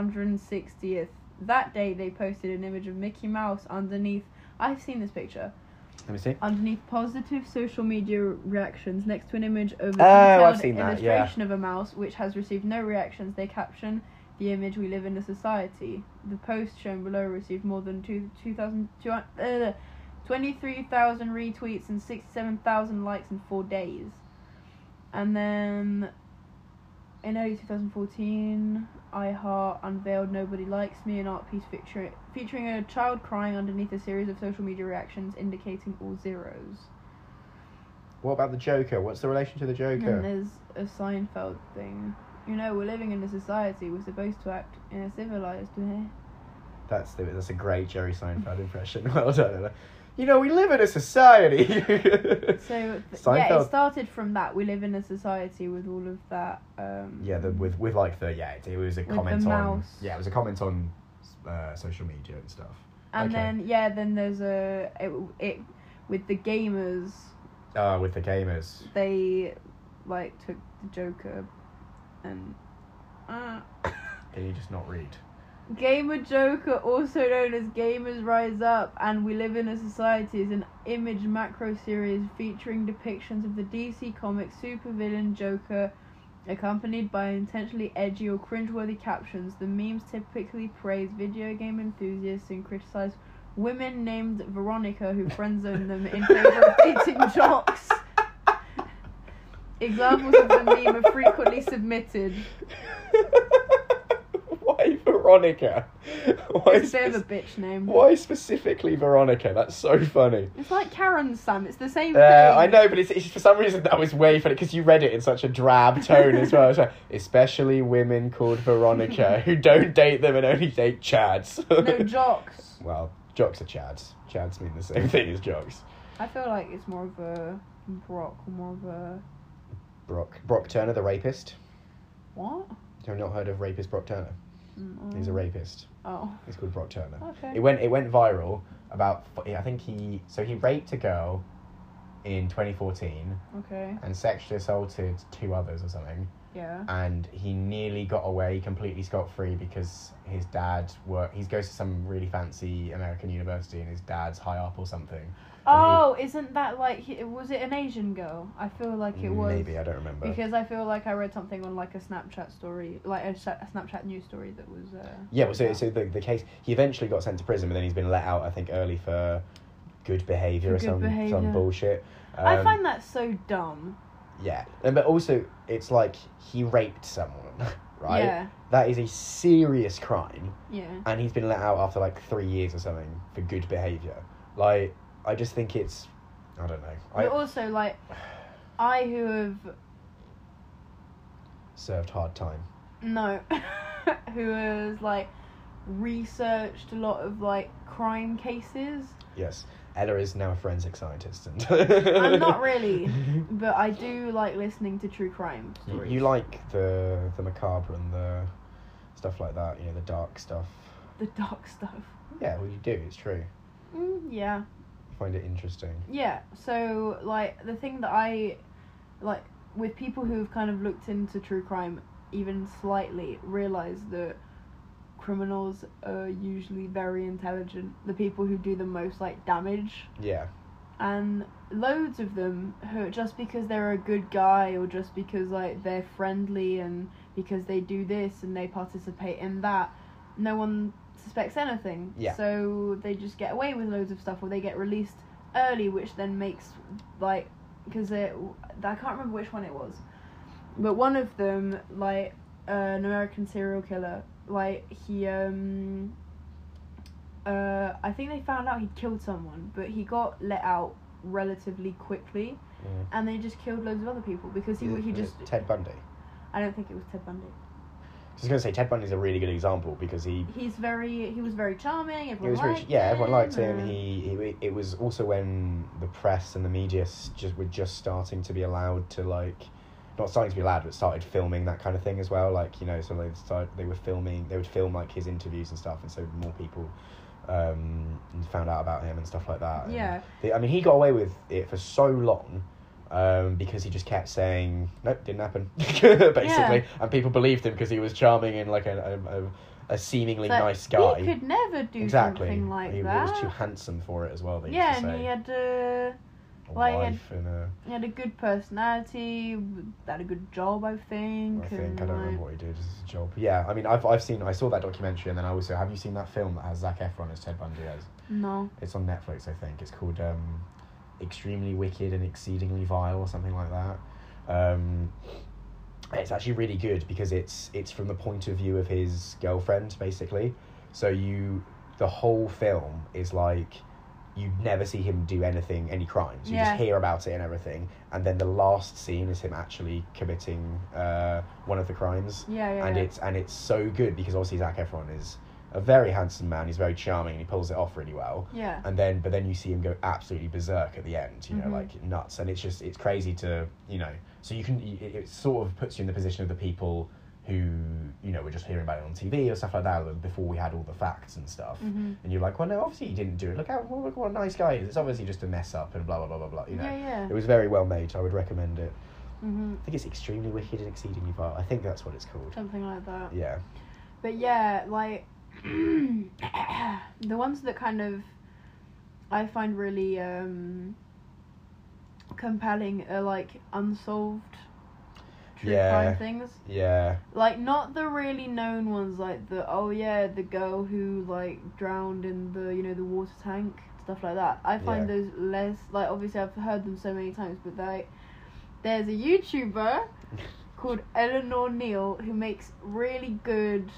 [SPEAKER 2] 660th. That day, they posted an image of Mickey Mouse underneath. I've seen this picture.
[SPEAKER 1] Let me see.
[SPEAKER 2] Underneath positive social media reactions, next to an image of a
[SPEAKER 1] Oh, I've
[SPEAKER 2] detailed
[SPEAKER 1] seen that, yeah.
[SPEAKER 2] illustration of a mouse, which has received no reactions, they caption the image "We live in a society." The post shown below received more than two two thousand two uh, twenty-three thousand retweets and sixty-seven thousand likes in four days. And then, in early two thousand fourteen, iHeart unveiled "Nobody Likes Me," an art piece feature, featuring a child crying underneath a series of social media reactions indicating all zeros.
[SPEAKER 1] What about the Joker? What's the relation to the
[SPEAKER 2] And then
[SPEAKER 1] Joker?
[SPEAKER 2] there's a Seinfeld thing. You know, we're living in a society. We're supposed to act in a civilized way.
[SPEAKER 1] That's the, that's a great Jerry Seinfeld impression. Well done. Ella. You know, we live in a society.
[SPEAKER 2] So th- yeah, it
[SPEAKER 1] Seinfeld-
[SPEAKER 2] started from that. We live in a society with all of that. Um,
[SPEAKER 1] yeah, the, with with like the yeah, it, it was a
[SPEAKER 2] With the
[SPEAKER 1] comment on
[SPEAKER 2] mouse.
[SPEAKER 1] yeah, it was a comment on uh, social media and stuff.
[SPEAKER 2] and
[SPEAKER 1] okay.
[SPEAKER 2] then yeah, then there's a it, it with the gamers.
[SPEAKER 1] Uh, with the gamers.
[SPEAKER 2] They like took the Joker, and uh,
[SPEAKER 1] Can you just not read?
[SPEAKER 2] Gamer Joker, also known as Gamers Rise Up, and We Live in a Society, is an image macro series featuring depictions of the DC Comics supervillain Joker, accompanied by intentionally edgy or cringeworthy captions. The memes typically praise video game enthusiasts and criticize women named Veronica who friendzone them in favor of dating jocks. Examples of the meme are frequently submitted.
[SPEAKER 1] Why Veronica? Why,
[SPEAKER 2] It's a bit of a
[SPEAKER 1] spec-
[SPEAKER 2] bitch name.
[SPEAKER 1] why specifically Veronica? That's so funny.
[SPEAKER 2] It's like Karen Sam. It's the same
[SPEAKER 1] Uh,
[SPEAKER 2] thing.
[SPEAKER 1] I know, but it's, it's for some reason that was way funny because you read it in such a drab tone as well. It's like, especially women called Veronica who don't date them and only date chads.
[SPEAKER 2] No jocks.
[SPEAKER 1] well, jocks are chads. Chads mean the same thing as jocks.
[SPEAKER 2] I feel like it's more of a Brock, more of a
[SPEAKER 1] Brock Brock Turner, the rapist.
[SPEAKER 2] what?
[SPEAKER 1] Have you not heard of rapist Brock Turner?
[SPEAKER 2] Mm,
[SPEAKER 1] He's a
[SPEAKER 2] mm.
[SPEAKER 1] rapist.
[SPEAKER 2] Oh,
[SPEAKER 1] He's called Brock Turner.
[SPEAKER 2] okay.
[SPEAKER 1] It went it went viral about I think he so he raped a girl in 2014
[SPEAKER 2] okay.
[SPEAKER 1] and sexually assaulted two others or something
[SPEAKER 2] Yeah.
[SPEAKER 1] and he nearly got away completely scot free because his dad work he goes to some really fancy American university and his dad's high up or something.
[SPEAKER 2] Oh, isn't that like he- was it an Asian girl? I feel like it was.
[SPEAKER 1] Maybe I don't remember.
[SPEAKER 2] Because I feel like I read something on like a Snapchat story, like a, sa- a Snapchat news story that was. Uh,
[SPEAKER 1] yeah, well, so, so the, the case he eventually got sent to prison, but then he's been let out. I think early for good behavior
[SPEAKER 2] For
[SPEAKER 1] or
[SPEAKER 2] good
[SPEAKER 1] some
[SPEAKER 2] behaviour.
[SPEAKER 1] some bullshit.
[SPEAKER 2] I
[SPEAKER 1] Um,
[SPEAKER 2] find that so dumb.
[SPEAKER 1] yeah, and but also it's like he raped someone, right?
[SPEAKER 2] Yeah.
[SPEAKER 1] That is a serious crime,
[SPEAKER 2] Yeah.
[SPEAKER 1] and he's been let out after like three years or something for good behaviour. Like, I just think it's, I don't know.
[SPEAKER 2] But
[SPEAKER 1] I
[SPEAKER 2] also like, I who have
[SPEAKER 1] served hard time.
[SPEAKER 2] No. Who has like researched a lot of like crime cases,
[SPEAKER 1] Yes, Ella is now a forensic scientist, and
[SPEAKER 2] I'm not really. but I do like listening to true crime
[SPEAKER 1] You,
[SPEAKER 2] stories.
[SPEAKER 1] you like the the macabre and the stuff like that. You know, the dark stuff.
[SPEAKER 2] the dark stuff.
[SPEAKER 1] Yeah, well, you do. It's true.
[SPEAKER 2] Mm, yeah.
[SPEAKER 1] You find it interesting.
[SPEAKER 2] Yeah. So like the thing that I like with people who've kind of looked into true crime even slightly realize that criminals are usually very intelligent. The people who do the most like damage
[SPEAKER 1] Yeah.
[SPEAKER 2] and loads of them who just because they're a good guy or just because like they're friendly and because they do this and they participate in that no one suspects anything
[SPEAKER 1] Yeah.
[SPEAKER 2] so they just get away with loads of stuff or they get released early which then makes like because it i can't remember which one it was but one of them like an american serial killer like he um uh, I think they found out he'd killed someone, but he got let out relatively quickly,
[SPEAKER 1] Mm.
[SPEAKER 2] and they just killed loads of other people because he
[SPEAKER 1] Is it-
[SPEAKER 2] he
[SPEAKER 1] is it
[SPEAKER 2] just.
[SPEAKER 1] Ted Bundy.
[SPEAKER 2] I don't think it was Ted Bundy.
[SPEAKER 1] I was going to say Ted Bundy's a really good example because he
[SPEAKER 2] He's very. He was very charming.
[SPEAKER 1] He
[SPEAKER 2] Everyone
[SPEAKER 1] was
[SPEAKER 2] liked
[SPEAKER 1] really, yeah, everyone liked him.
[SPEAKER 2] and-
[SPEAKER 1] He, he it was also when the press and the media s- just were just starting to be allowed to like, not starting to be allowed, but started filming that kind of thing as well. Like you know, so they started, they were filming, they would film like his interviews and stuff, and so more people um, found out about him and stuff like that. And
[SPEAKER 2] Yeah.
[SPEAKER 1] they- I mean, he got away with it for so long. Um, because he just kept saying nope, didn't happen, basically, and people believed him because he was charming and like a a, a, a seemingly
[SPEAKER 2] But
[SPEAKER 1] nice guy.
[SPEAKER 2] He could never do
[SPEAKER 1] Exactly.
[SPEAKER 2] something like
[SPEAKER 1] he,
[SPEAKER 2] that.
[SPEAKER 1] he was too handsome for it as well. They
[SPEAKER 2] yeah,
[SPEAKER 1] used to
[SPEAKER 2] and
[SPEAKER 1] say.
[SPEAKER 2] he had a
[SPEAKER 1] a
[SPEAKER 3] like, he had-
[SPEAKER 1] wife and a.
[SPEAKER 2] he had a good personality. Had a good job, I think.
[SPEAKER 1] I think
[SPEAKER 2] and,
[SPEAKER 1] I don't
[SPEAKER 2] like-
[SPEAKER 1] remember what he did as a job. Yeah, I mean, I've I've seen I saw that documentary and then I also have you seen that film that has Zac Efron as Ted Bundy as
[SPEAKER 2] No.
[SPEAKER 1] it's on Netflix I think it's called um, Extremely Wicked and Exceedingly Vile or something like that. Um, it's actually really good because it's it's from the point of view of his girlfriend basically. So you the whole film is like you never see him do anything any crimes. You
[SPEAKER 2] Yeah.
[SPEAKER 1] just hear about it and everything, and then the last scene is him actually committing uh, one of the crimes
[SPEAKER 2] Yeah, yeah.
[SPEAKER 1] and
[SPEAKER 2] yeah.
[SPEAKER 1] it's and it's so good because obviously Zac Efron is a very handsome man. He's very charming and he pulls it off really well.
[SPEAKER 2] yeah.
[SPEAKER 1] And then, but then you see him go absolutely berserk at the end. You know,
[SPEAKER 2] Mhm.
[SPEAKER 1] like nuts, and it's just it's crazy to you know. So you can it, it sort of puts you in the position of the people who you know were just hearing about it on TV or stuff like that before we had all the facts and stuff.
[SPEAKER 2] hmm
[SPEAKER 1] And you're like, well, no, obviously he didn't do it. Look how look what a nice guy he is. It's obviously just a mess up and blah blah blah blah blah. You know,
[SPEAKER 2] Yeah, yeah.
[SPEAKER 1] it was very well made. I would recommend it.
[SPEAKER 2] hmm
[SPEAKER 1] I think it's extremely wicked and exceedingly vile. I think that's what it's called.
[SPEAKER 2] Something like that.
[SPEAKER 1] Yeah.
[SPEAKER 2] But yeah, like the ones that kind of I find really um compelling are like unsolved true
[SPEAKER 1] Yeah.
[SPEAKER 2] crime things.
[SPEAKER 1] Yeah,
[SPEAKER 2] Like not the really known ones like the oh yeah, the girl who like drowned in the you know, the water tank, stuff like that. I find
[SPEAKER 1] Yeah.
[SPEAKER 2] those less like obviously I've heard them so many times but they there's a YouTuber called Eleanor Neal who makes really good,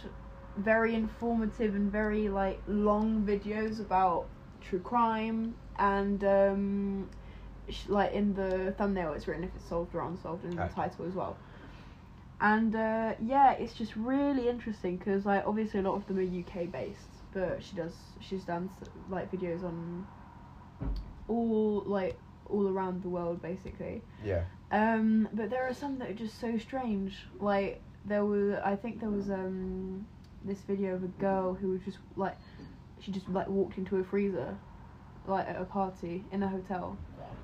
[SPEAKER 2] very informative and very like long videos about true crime and um, sh- like in the thumbnail it's written if it's solved or unsolved and in the
[SPEAKER 1] Okay.
[SPEAKER 2] title as well. And uh, yeah, it's just really interesting because like obviously a lot of them are UK based, but she does she's done s- like videos on all like all around the world basically.
[SPEAKER 1] yeah,
[SPEAKER 2] Um, but there are some that are just so strange. Like there was, I think there was um this video of a girl who was just like, she just like walked into a freezer, like at a party in a hotel.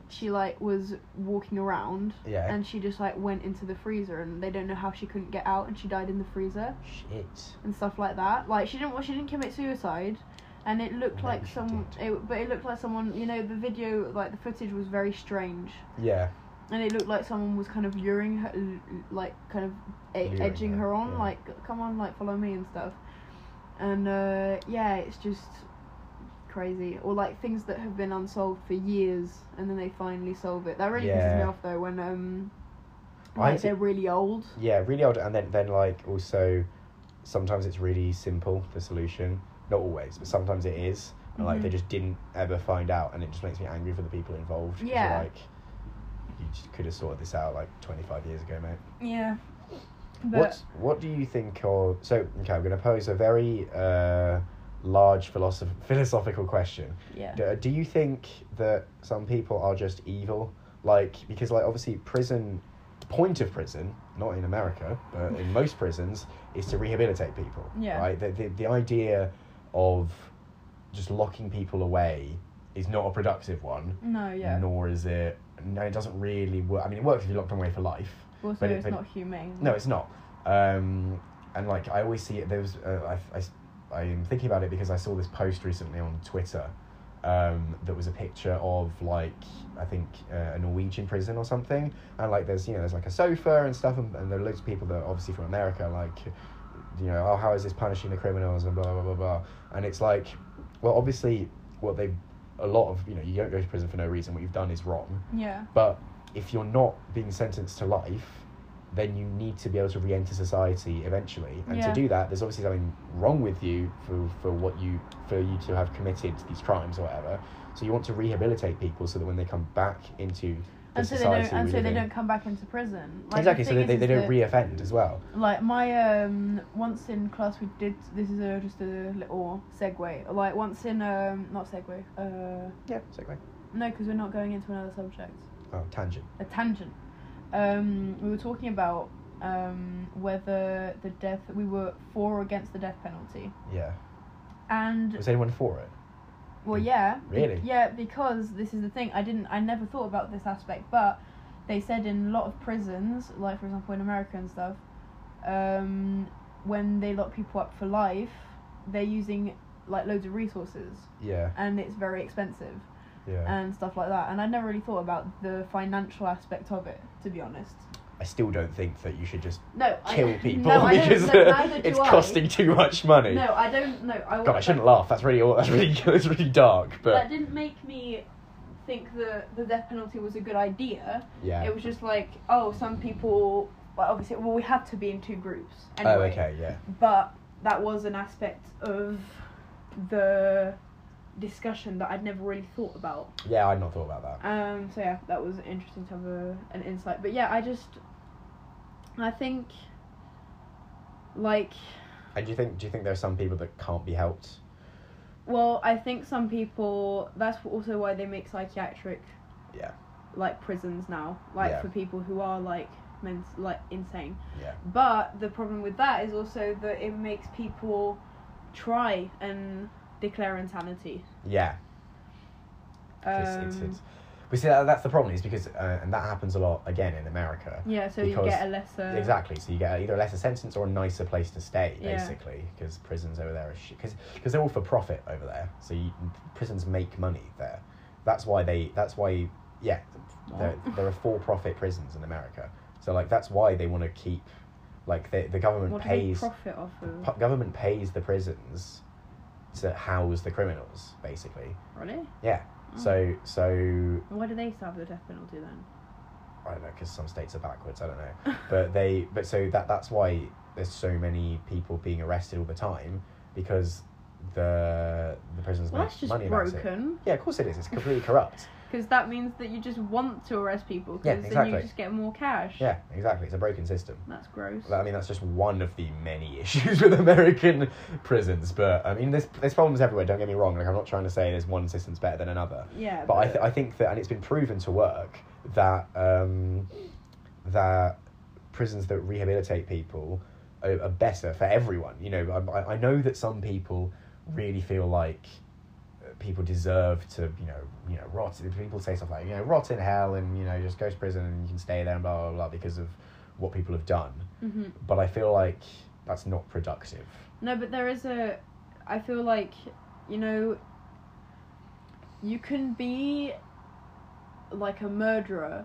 [SPEAKER 2] She like was walking around
[SPEAKER 1] yeah.
[SPEAKER 2] and she just like went into the freezer and they don't know how she couldn't get out and she died in the freezer
[SPEAKER 1] Shit.
[SPEAKER 2] and stuff like that. Like she didn't, well, she didn't commit suicide. And it looked
[SPEAKER 1] No,
[SPEAKER 2] like
[SPEAKER 1] she
[SPEAKER 2] some,
[SPEAKER 1] did.
[SPEAKER 2] it, but it looked like someone, you know, the video, like the footage was very strange
[SPEAKER 1] Yeah,
[SPEAKER 2] and it looked like someone was kind of luring her, l- like kind of
[SPEAKER 1] Luring
[SPEAKER 2] e- edging
[SPEAKER 1] her,
[SPEAKER 2] her on,
[SPEAKER 1] yeah.
[SPEAKER 2] like come on, like follow me and stuff. And uh, yeah, it's just crazy. Or like things that have been unsolved for years, and then they finally solve it. That really pisses me
[SPEAKER 1] Yeah.
[SPEAKER 2] off though when um,
[SPEAKER 1] I
[SPEAKER 2] like
[SPEAKER 1] think-
[SPEAKER 2] they're really old.
[SPEAKER 1] yeah. Really odd, and then then like also, sometimes it's really simple the solution. Not always, but sometimes it is. And like they
[SPEAKER 2] Mhm.
[SPEAKER 1] just didn't ever find out, and it just makes me angry for the people involved. 'cause you're
[SPEAKER 2] Yeah.
[SPEAKER 1] Like, you just could have sorted this out like twenty five years ago, mate.
[SPEAKER 2] Yeah. But
[SPEAKER 1] What's what do you think of? So okay, I'm gonna pose a very uh, large philosoph- philosophical question.
[SPEAKER 2] yeah,
[SPEAKER 1] Do, do you think that some people are just evil? Like, because, like, obviously, prison, point of prison, not in America, but in most prisons, is to rehabilitate people.
[SPEAKER 2] Yeah.
[SPEAKER 1] Right? The, the, the idea of just locking people away is not a productive one,
[SPEAKER 2] no, yeah.
[SPEAKER 1] nor is it, no, it doesn't really work. I mean, it works if you lock them away for life.
[SPEAKER 2] also,
[SPEAKER 1] but it-
[SPEAKER 2] it's
[SPEAKER 1] but-
[SPEAKER 2] not humane.
[SPEAKER 1] No, it's not. Um, and like I always see it. There was uh, I, I I'm thinking about it because I saw this post recently on Twitter. Um, that was a picture of like I think uh, a Norwegian prison or something, and like there's you know there's like a sofa and stuff, and, and there are loads of people that are obviously from America like, you know oh how is this punishing the criminals and blah blah blah blah, and it's like, well obviously what they, have a lot of you know you don't go to prison for no reason. What you've done is wrong,
[SPEAKER 2] Yeah.
[SPEAKER 1] but if you're not being sentenced to life, then you need to be able to re-enter society eventually. And
[SPEAKER 2] Yeah.
[SPEAKER 1] to do that, there's obviously something wrong with you for, for what you for you to have committed these crimes or whatever. So you want to rehabilitate people so that when they come back into the
[SPEAKER 2] and so they
[SPEAKER 1] society
[SPEAKER 2] don't, and
[SPEAKER 1] we
[SPEAKER 2] so
[SPEAKER 1] live
[SPEAKER 2] they
[SPEAKER 1] in.
[SPEAKER 2] don't come back into prison. Like, the
[SPEAKER 1] exactly, so
[SPEAKER 2] thing
[SPEAKER 1] they,
[SPEAKER 2] is-
[SPEAKER 1] they,
[SPEAKER 2] is
[SPEAKER 1] they don't
[SPEAKER 2] that-
[SPEAKER 1] re-offend as well.
[SPEAKER 2] Like my um once in class we did this is a, just a little segue. Like once in um not segue. Uh
[SPEAKER 1] Yeah, segue.
[SPEAKER 2] no, because we're not going into another subject.
[SPEAKER 1] Oh, tangent.
[SPEAKER 2] A tangent. Um, we were talking about um whether the death we were for or against the death penalty.
[SPEAKER 1] Yeah.
[SPEAKER 2] And
[SPEAKER 1] Was anyone for it?
[SPEAKER 2] Well, yeah. Be-
[SPEAKER 1] Really?
[SPEAKER 2] yeah, because this is the thing. I didn't. I never thought about this aspect, but they said in a lot of prisons, like for example in America and stuff, um, when they lock people up for life, they're using like loads of resources,
[SPEAKER 1] Yeah,
[SPEAKER 2] and it's very expensive
[SPEAKER 1] yeah.
[SPEAKER 2] and stuff like that. And I never really thought about the financial aspect of it, to be honest.
[SPEAKER 1] I still don't think that you should just
[SPEAKER 2] No,
[SPEAKER 1] kill
[SPEAKER 2] I,
[SPEAKER 1] people
[SPEAKER 2] no, I don't-
[SPEAKER 1] because
[SPEAKER 2] no, neither do
[SPEAKER 1] it's
[SPEAKER 2] I.
[SPEAKER 1] costing too much money.
[SPEAKER 2] No, I don't. No, I.
[SPEAKER 1] God, I shouldn't laugh. That's really aw- that's really that's really dark.
[SPEAKER 2] That
[SPEAKER 1] But
[SPEAKER 2] didn't make me think that the death penalty was a good idea.
[SPEAKER 1] yeah.
[SPEAKER 2] It was just like, oh, some people. Well, obviously, well, we had to be in two groups anyway.
[SPEAKER 1] oh, okay, yeah,
[SPEAKER 2] But that was an aspect of the discussion that I'd never really thought about.
[SPEAKER 1] yeah. I'd not thought about that.
[SPEAKER 2] Um. So yeah, that was interesting to have a, an insight. But yeah, I just, I think, like,
[SPEAKER 1] And do you think do you think there are some people that can't be helped?
[SPEAKER 2] well, I think some people. That's also why they make psychiatric.
[SPEAKER 1] Yeah.
[SPEAKER 2] Like prisons now, like
[SPEAKER 1] Yeah.
[SPEAKER 2] for people who are like men, like insane.
[SPEAKER 1] Yeah,
[SPEAKER 2] But the problem with that is also that it makes people try and declare insanity.
[SPEAKER 1] yeah. It's,
[SPEAKER 2] Um,
[SPEAKER 1] it's, it's, we see that that's the problem is because uh, and that happens a lot again in America.
[SPEAKER 2] yeah, so you
[SPEAKER 1] because-
[SPEAKER 2] get a lesser.
[SPEAKER 1] Exactly. So you get either a lesser sentence or a nicer place to stay,
[SPEAKER 2] Yeah.
[SPEAKER 1] basically, because prisons over there are shit. Because they're all for profit over there. So you, prisons make money there. That's why they. That's why. Yeah, there, there are for-profit prisons in America. So like that's why they want to keep, like the the government
[SPEAKER 2] What do they
[SPEAKER 1] pays
[SPEAKER 2] profit off of?
[SPEAKER 1] pu- government pays the prisons to house the criminals basically.
[SPEAKER 2] Really?
[SPEAKER 1] Yeah.
[SPEAKER 2] Oh.
[SPEAKER 1] So so
[SPEAKER 2] Why do they still have the death penalty then?
[SPEAKER 1] I don't know because some states are backwards. I don't know. but they but so that that's why there's so many people being arrested all the time because the the prisons
[SPEAKER 2] well,
[SPEAKER 1] make
[SPEAKER 2] that's just
[SPEAKER 1] money about it.
[SPEAKER 2] broken.
[SPEAKER 1] Yeah, of course it is. It's completely corrupt.
[SPEAKER 2] Because that means that you just want to arrest people. Because
[SPEAKER 1] Yeah,
[SPEAKER 2] then
[SPEAKER 1] exactly.
[SPEAKER 2] you just get more cash.
[SPEAKER 1] Yeah, exactly. It's a broken system.
[SPEAKER 2] That's gross.
[SPEAKER 1] That- I mean, that's just one of the many issues with American prisons. But I mean, there's there's problems everywhere. Don't get me wrong. Like I'm not trying to say there's one system's better than another.
[SPEAKER 2] yeah.
[SPEAKER 1] But I th- I think that and it's been proven to work that um, that prisons that rehabilitate people are, are better for everyone. You know, I- I, I know that some people really feel like uh, people deserve to, you know, you know, rot. People say stuff like, you know, rot in hell, and you know, just go to prison and you can stay there and blah blah blah because of what people have done.
[SPEAKER 2] Mhm.
[SPEAKER 1] But I feel like that's not productive.
[SPEAKER 2] No, but there is a. I feel like, you know, you can be like a murderer,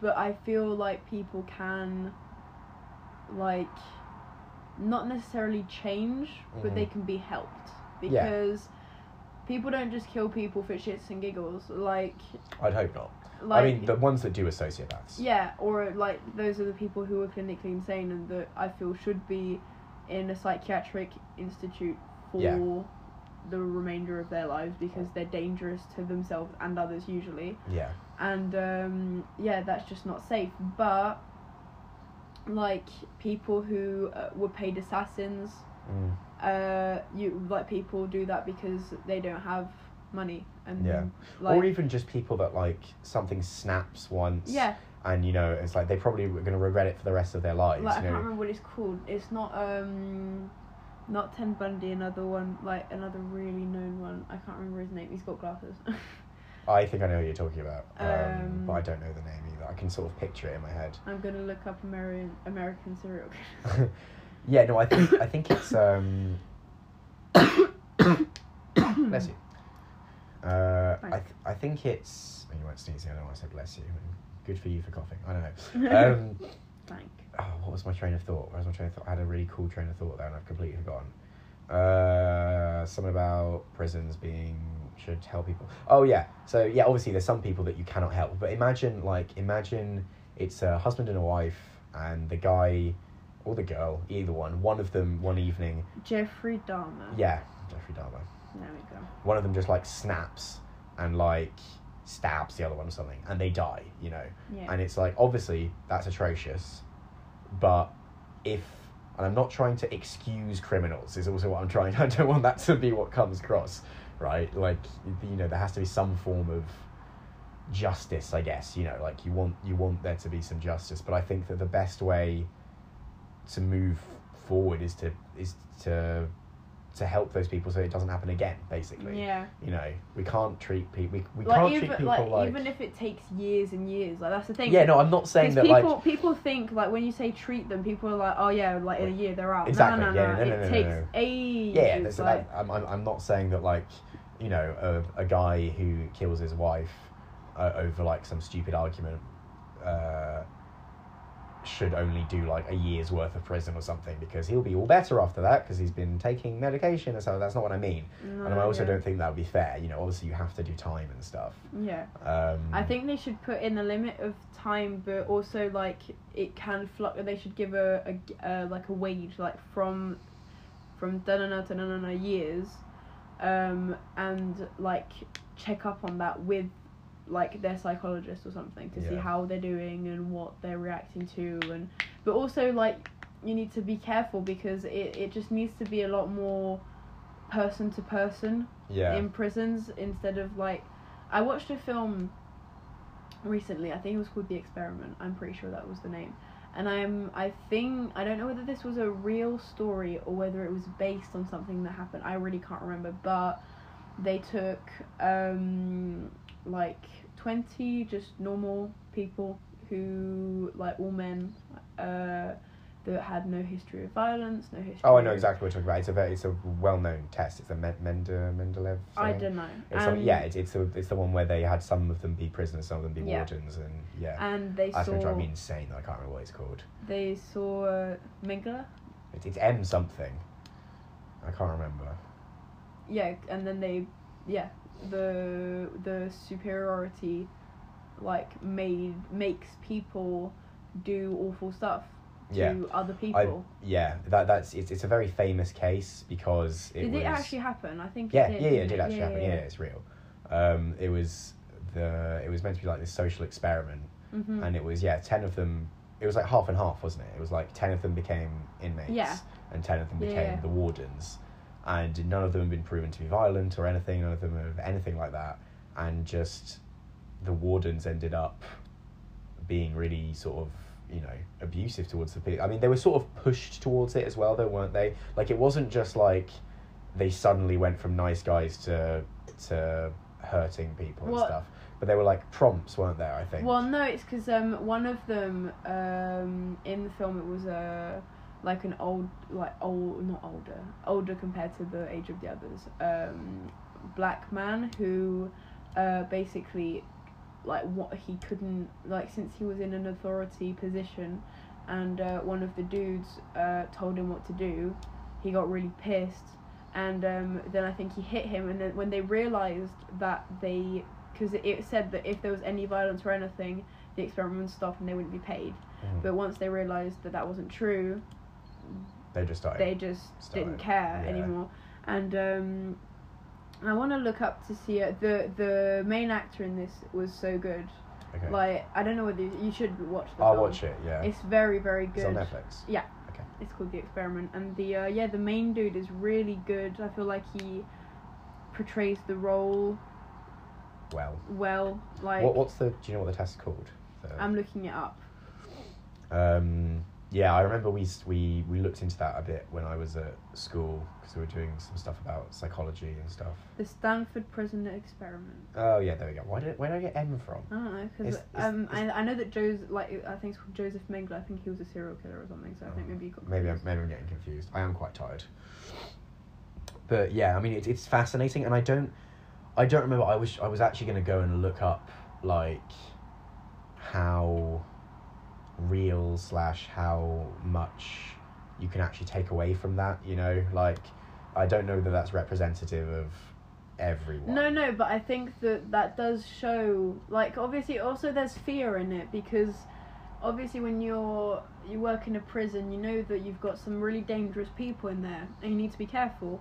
[SPEAKER 2] but I feel like people can, like, not necessarily change, but they
[SPEAKER 1] Mhm.
[SPEAKER 2] can be helped.
[SPEAKER 1] Yeah.
[SPEAKER 2] Because people don't just kill people for shits and giggles. Like,
[SPEAKER 1] I'd hope not.
[SPEAKER 2] like
[SPEAKER 1] I mean, the ones that do are sociopaths.
[SPEAKER 2] yeah, or like those are the people who are clinically insane and that I feel should be in a psychiatric institute for
[SPEAKER 1] Yeah.
[SPEAKER 2] the remainder of their lives because they're dangerous to themselves and others usually.
[SPEAKER 1] Yeah.
[SPEAKER 2] And um, yeah, that's just not safe. But like people who uh, were paid assassins,
[SPEAKER 1] Mm.
[SPEAKER 2] uh, you like people do that because they don't have money and
[SPEAKER 1] Yeah.
[SPEAKER 2] like
[SPEAKER 1] or even just people that like something snaps once.
[SPEAKER 2] yeah.
[SPEAKER 1] And you know, it's like they probably were going to regret it for the rest of their lives.
[SPEAKER 2] like I
[SPEAKER 1] you
[SPEAKER 2] can't
[SPEAKER 1] know?
[SPEAKER 2] remember what it's called. It's not um, not Ten Bundy. Another one, like another really known one. I can't remember his name. He's got glasses.
[SPEAKER 1] I think I know who you're talking about, um,
[SPEAKER 2] Um,
[SPEAKER 1] but I don't know the name either. I can sort of picture it in my head.
[SPEAKER 2] I'm gonna look up American American serial killers.
[SPEAKER 1] yeah, no, I think I think it's um, bless you. Uh, I, th- I think it's oh, you weren't sneezing. I don't want to say bless you. Good for you for coughing. I don't know. Um,
[SPEAKER 2] Thank.
[SPEAKER 1] oh, what was my train of thought? Where was my train of thought? I had a really cool train of thought there, and I've completely forgotten. Uh, something about prisons being should help people. Oh yeah, so yeah, obviously there's some people that you cannot help, but imagine like imagine it's a husband and a wife, and the guy or the girl, either one, one of them one evening,
[SPEAKER 2] Jeffrey Dahmer.
[SPEAKER 1] yeah, Jeffrey Dahmer,
[SPEAKER 2] There we go.
[SPEAKER 1] one of them just like snaps and like stabs the other one or something, and they die. You know,
[SPEAKER 2] Yeah.
[SPEAKER 1] and it's like obviously that's atrocious, but if and I'm not trying to excuse criminals is also what I'm trying. I don't want that to be what comes across, right? Like you know, there has to be some form of justice, I guess. You know, like you want you want there to be some justice, but I think that the best way to move forward is to is to to help those people so it doesn't happen again. Basically,
[SPEAKER 2] Yeah.
[SPEAKER 1] you know, we can't treat people. We, we
[SPEAKER 2] Like
[SPEAKER 1] can't treat
[SPEAKER 2] even
[SPEAKER 1] people
[SPEAKER 2] like,
[SPEAKER 1] like,
[SPEAKER 2] even if it takes years and years, like that's the thing.
[SPEAKER 1] yeah. No, I'm not saying
[SPEAKER 2] Because
[SPEAKER 1] that
[SPEAKER 2] people
[SPEAKER 1] like.
[SPEAKER 2] people think like when you say treat them, people are like, oh yeah, like in a year they're out.
[SPEAKER 1] Exactly,
[SPEAKER 2] No, no, no,
[SPEAKER 1] yeah, no, no,
[SPEAKER 2] it
[SPEAKER 1] no, no,
[SPEAKER 2] takes
[SPEAKER 1] no.
[SPEAKER 2] ages.
[SPEAKER 1] yeah, there's
[SPEAKER 2] like,
[SPEAKER 1] that, I'm, I'm, I'm not saying that like you know a, a guy who kills his wife uh, over like some stupid argument uh, should only do like a year's worth of prison or something because he'll be all better after that because he's been taking medication or something that's not what i mean
[SPEAKER 2] no,
[SPEAKER 1] and i also
[SPEAKER 2] Mm, yeah.
[SPEAKER 1] don't think that would be fair you know obviously you have to do time and stuff
[SPEAKER 2] Yeah,
[SPEAKER 1] um,
[SPEAKER 2] I think they should put in the limit of time, but also like it can fluctuate. They should give a, a g- uh, like a wage like from from da na na da na na years, um, and like check up on that with like their psychologist or something to see
[SPEAKER 1] Yeah.
[SPEAKER 2] how they're doing and what they're reacting to and but also like you need to be careful because it, it just needs to be a lot more person to person
[SPEAKER 1] yeah
[SPEAKER 2] in prisons instead of like I watched a film recently, I think it was called The Experiment, I'm pretty sure that was the name. And I'm I think I don't know whether this was a real story or whether it was based on something that happened. I really can't remember, but they took um like 20 just normal people who like all men uh that had no history of violence, no history
[SPEAKER 1] oh i know
[SPEAKER 2] of-
[SPEAKER 1] exactly what you're talking about it's a very, it's a well-known test it's a Men- Mende- mendeleev
[SPEAKER 2] I
[SPEAKER 1] thing.
[SPEAKER 2] don't know.
[SPEAKER 1] It's some,
[SPEAKER 2] And-
[SPEAKER 1] yeah, it's it's the, it's the one where they had some of them be prisoners, some of them be
[SPEAKER 2] Yeah.
[SPEAKER 1] wardens, and yeah.
[SPEAKER 2] and they
[SPEAKER 1] That's
[SPEAKER 2] saw
[SPEAKER 1] going to drive me insane. Though. I can't remember what it's called.
[SPEAKER 2] They saw uh, Mingala.
[SPEAKER 1] It's, it's M something. I can't remember.
[SPEAKER 2] Yeah, and then they, yeah, the the superiority, like made makes people do awful stuff to
[SPEAKER 1] Yeah.
[SPEAKER 2] other people.
[SPEAKER 1] Yeah, that that's it's, it's a very famous case because it
[SPEAKER 2] did
[SPEAKER 1] was
[SPEAKER 2] it actually happen? I think.
[SPEAKER 1] yeah
[SPEAKER 2] it did.
[SPEAKER 1] yeah yeah it
[SPEAKER 2] didn't
[SPEAKER 1] did actually happen yeah,
[SPEAKER 2] yeah.
[SPEAKER 1] it's real. Um, it was the it was meant to be like this social experiment,
[SPEAKER 2] Mhm.
[SPEAKER 1] and it was yeah ten of them. It was like half and half, wasn't it? It was like ten of them became inmates,
[SPEAKER 2] Yeah.
[SPEAKER 1] and ten of them
[SPEAKER 2] Yeah,
[SPEAKER 1] became
[SPEAKER 2] yeah.
[SPEAKER 1] the wardens, and none of them have been proven to be violent or anything. None of them have anything like that, and just the wardens ended up being really sort of you know abusive towards the people. I mean, they were sort of pushed towards it as well, though, weren't they? Like it wasn't just like they suddenly went from nice guys to to hurting people
[SPEAKER 2] What-
[SPEAKER 1] and stuff. But they were like prompts, weren't there? I think.
[SPEAKER 2] Well, no, it's because um, one of them um, in the film it was a like an old, like old, not older, older compared to the age of the others, um, black man who uh, basically like what he couldn't like since he was in an authority position, and uh, one of the dudes uh, told him what to do, he got really pissed. And um, then I think he hit him, and then when they realised that they because it, it said that if there was any violence or anything, the experiment would stop and they wouldn't be paid.
[SPEAKER 1] Mhm.
[SPEAKER 2] But once they realised that that wasn't true,
[SPEAKER 1] they just started.
[SPEAKER 2] they just
[SPEAKER 1] Started,
[SPEAKER 2] didn't care
[SPEAKER 1] yeah.
[SPEAKER 2] anymore. And um, I want to look up to see uh, the the main actor in this was so good.
[SPEAKER 1] okay.
[SPEAKER 2] Like I don't know whether you, you should watch the
[SPEAKER 1] I'll
[SPEAKER 2] film.
[SPEAKER 1] watch it. Yeah.
[SPEAKER 2] It's very very
[SPEAKER 1] It's on
[SPEAKER 2] good.
[SPEAKER 1] Netflix.
[SPEAKER 2] It's called The Experiment, and the uh, yeah the main dude is really good. I feel like he portrays the role
[SPEAKER 1] Well,
[SPEAKER 2] well. Like
[SPEAKER 1] what, what's the? Do you know what the test's called? The-
[SPEAKER 2] I'm looking it up.
[SPEAKER 1] Um, yeah, I remember we, s- we we looked into that a bit when I was at school because we were doing some stuff about psychology and stuff.
[SPEAKER 2] The Stanford Prison Experiment.
[SPEAKER 1] Oh yeah, there we go. Why did where did I get M from?
[SPEAKER 2] I don't know because
[SPEAKER 1] Ah, It's- it's-
[SPEAKER 2] um, I,
[SPEAKER 1] it's-
[SPEAKER 2] I know that Joe's like I think it's called Joseph Mengele. I think he was a serial killer or something. So I think maybe you got
[SPEAKER 1] Oh, Maybe I'm,
[SPEAKER 2] confused.
[SPEAKER 1] maybe I'm getting confused. I am quite tired. But yeah, I mean it's it's fascinating, and I don't I don't remember. I was I was actually going to go and look up like how real slash how much you can actually take away from that. You know, like I don't know that that's representative of everyone.
[SPEAKER 2] No, no, but I think that that does show like obviously also there's fear in it because obviously when you're you work in a prison you know that you've got some really dangerous people in there and you need to be careful.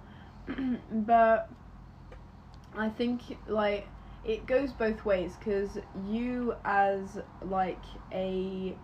[SPEAKER 2] but I think like it goes both ways because you as like a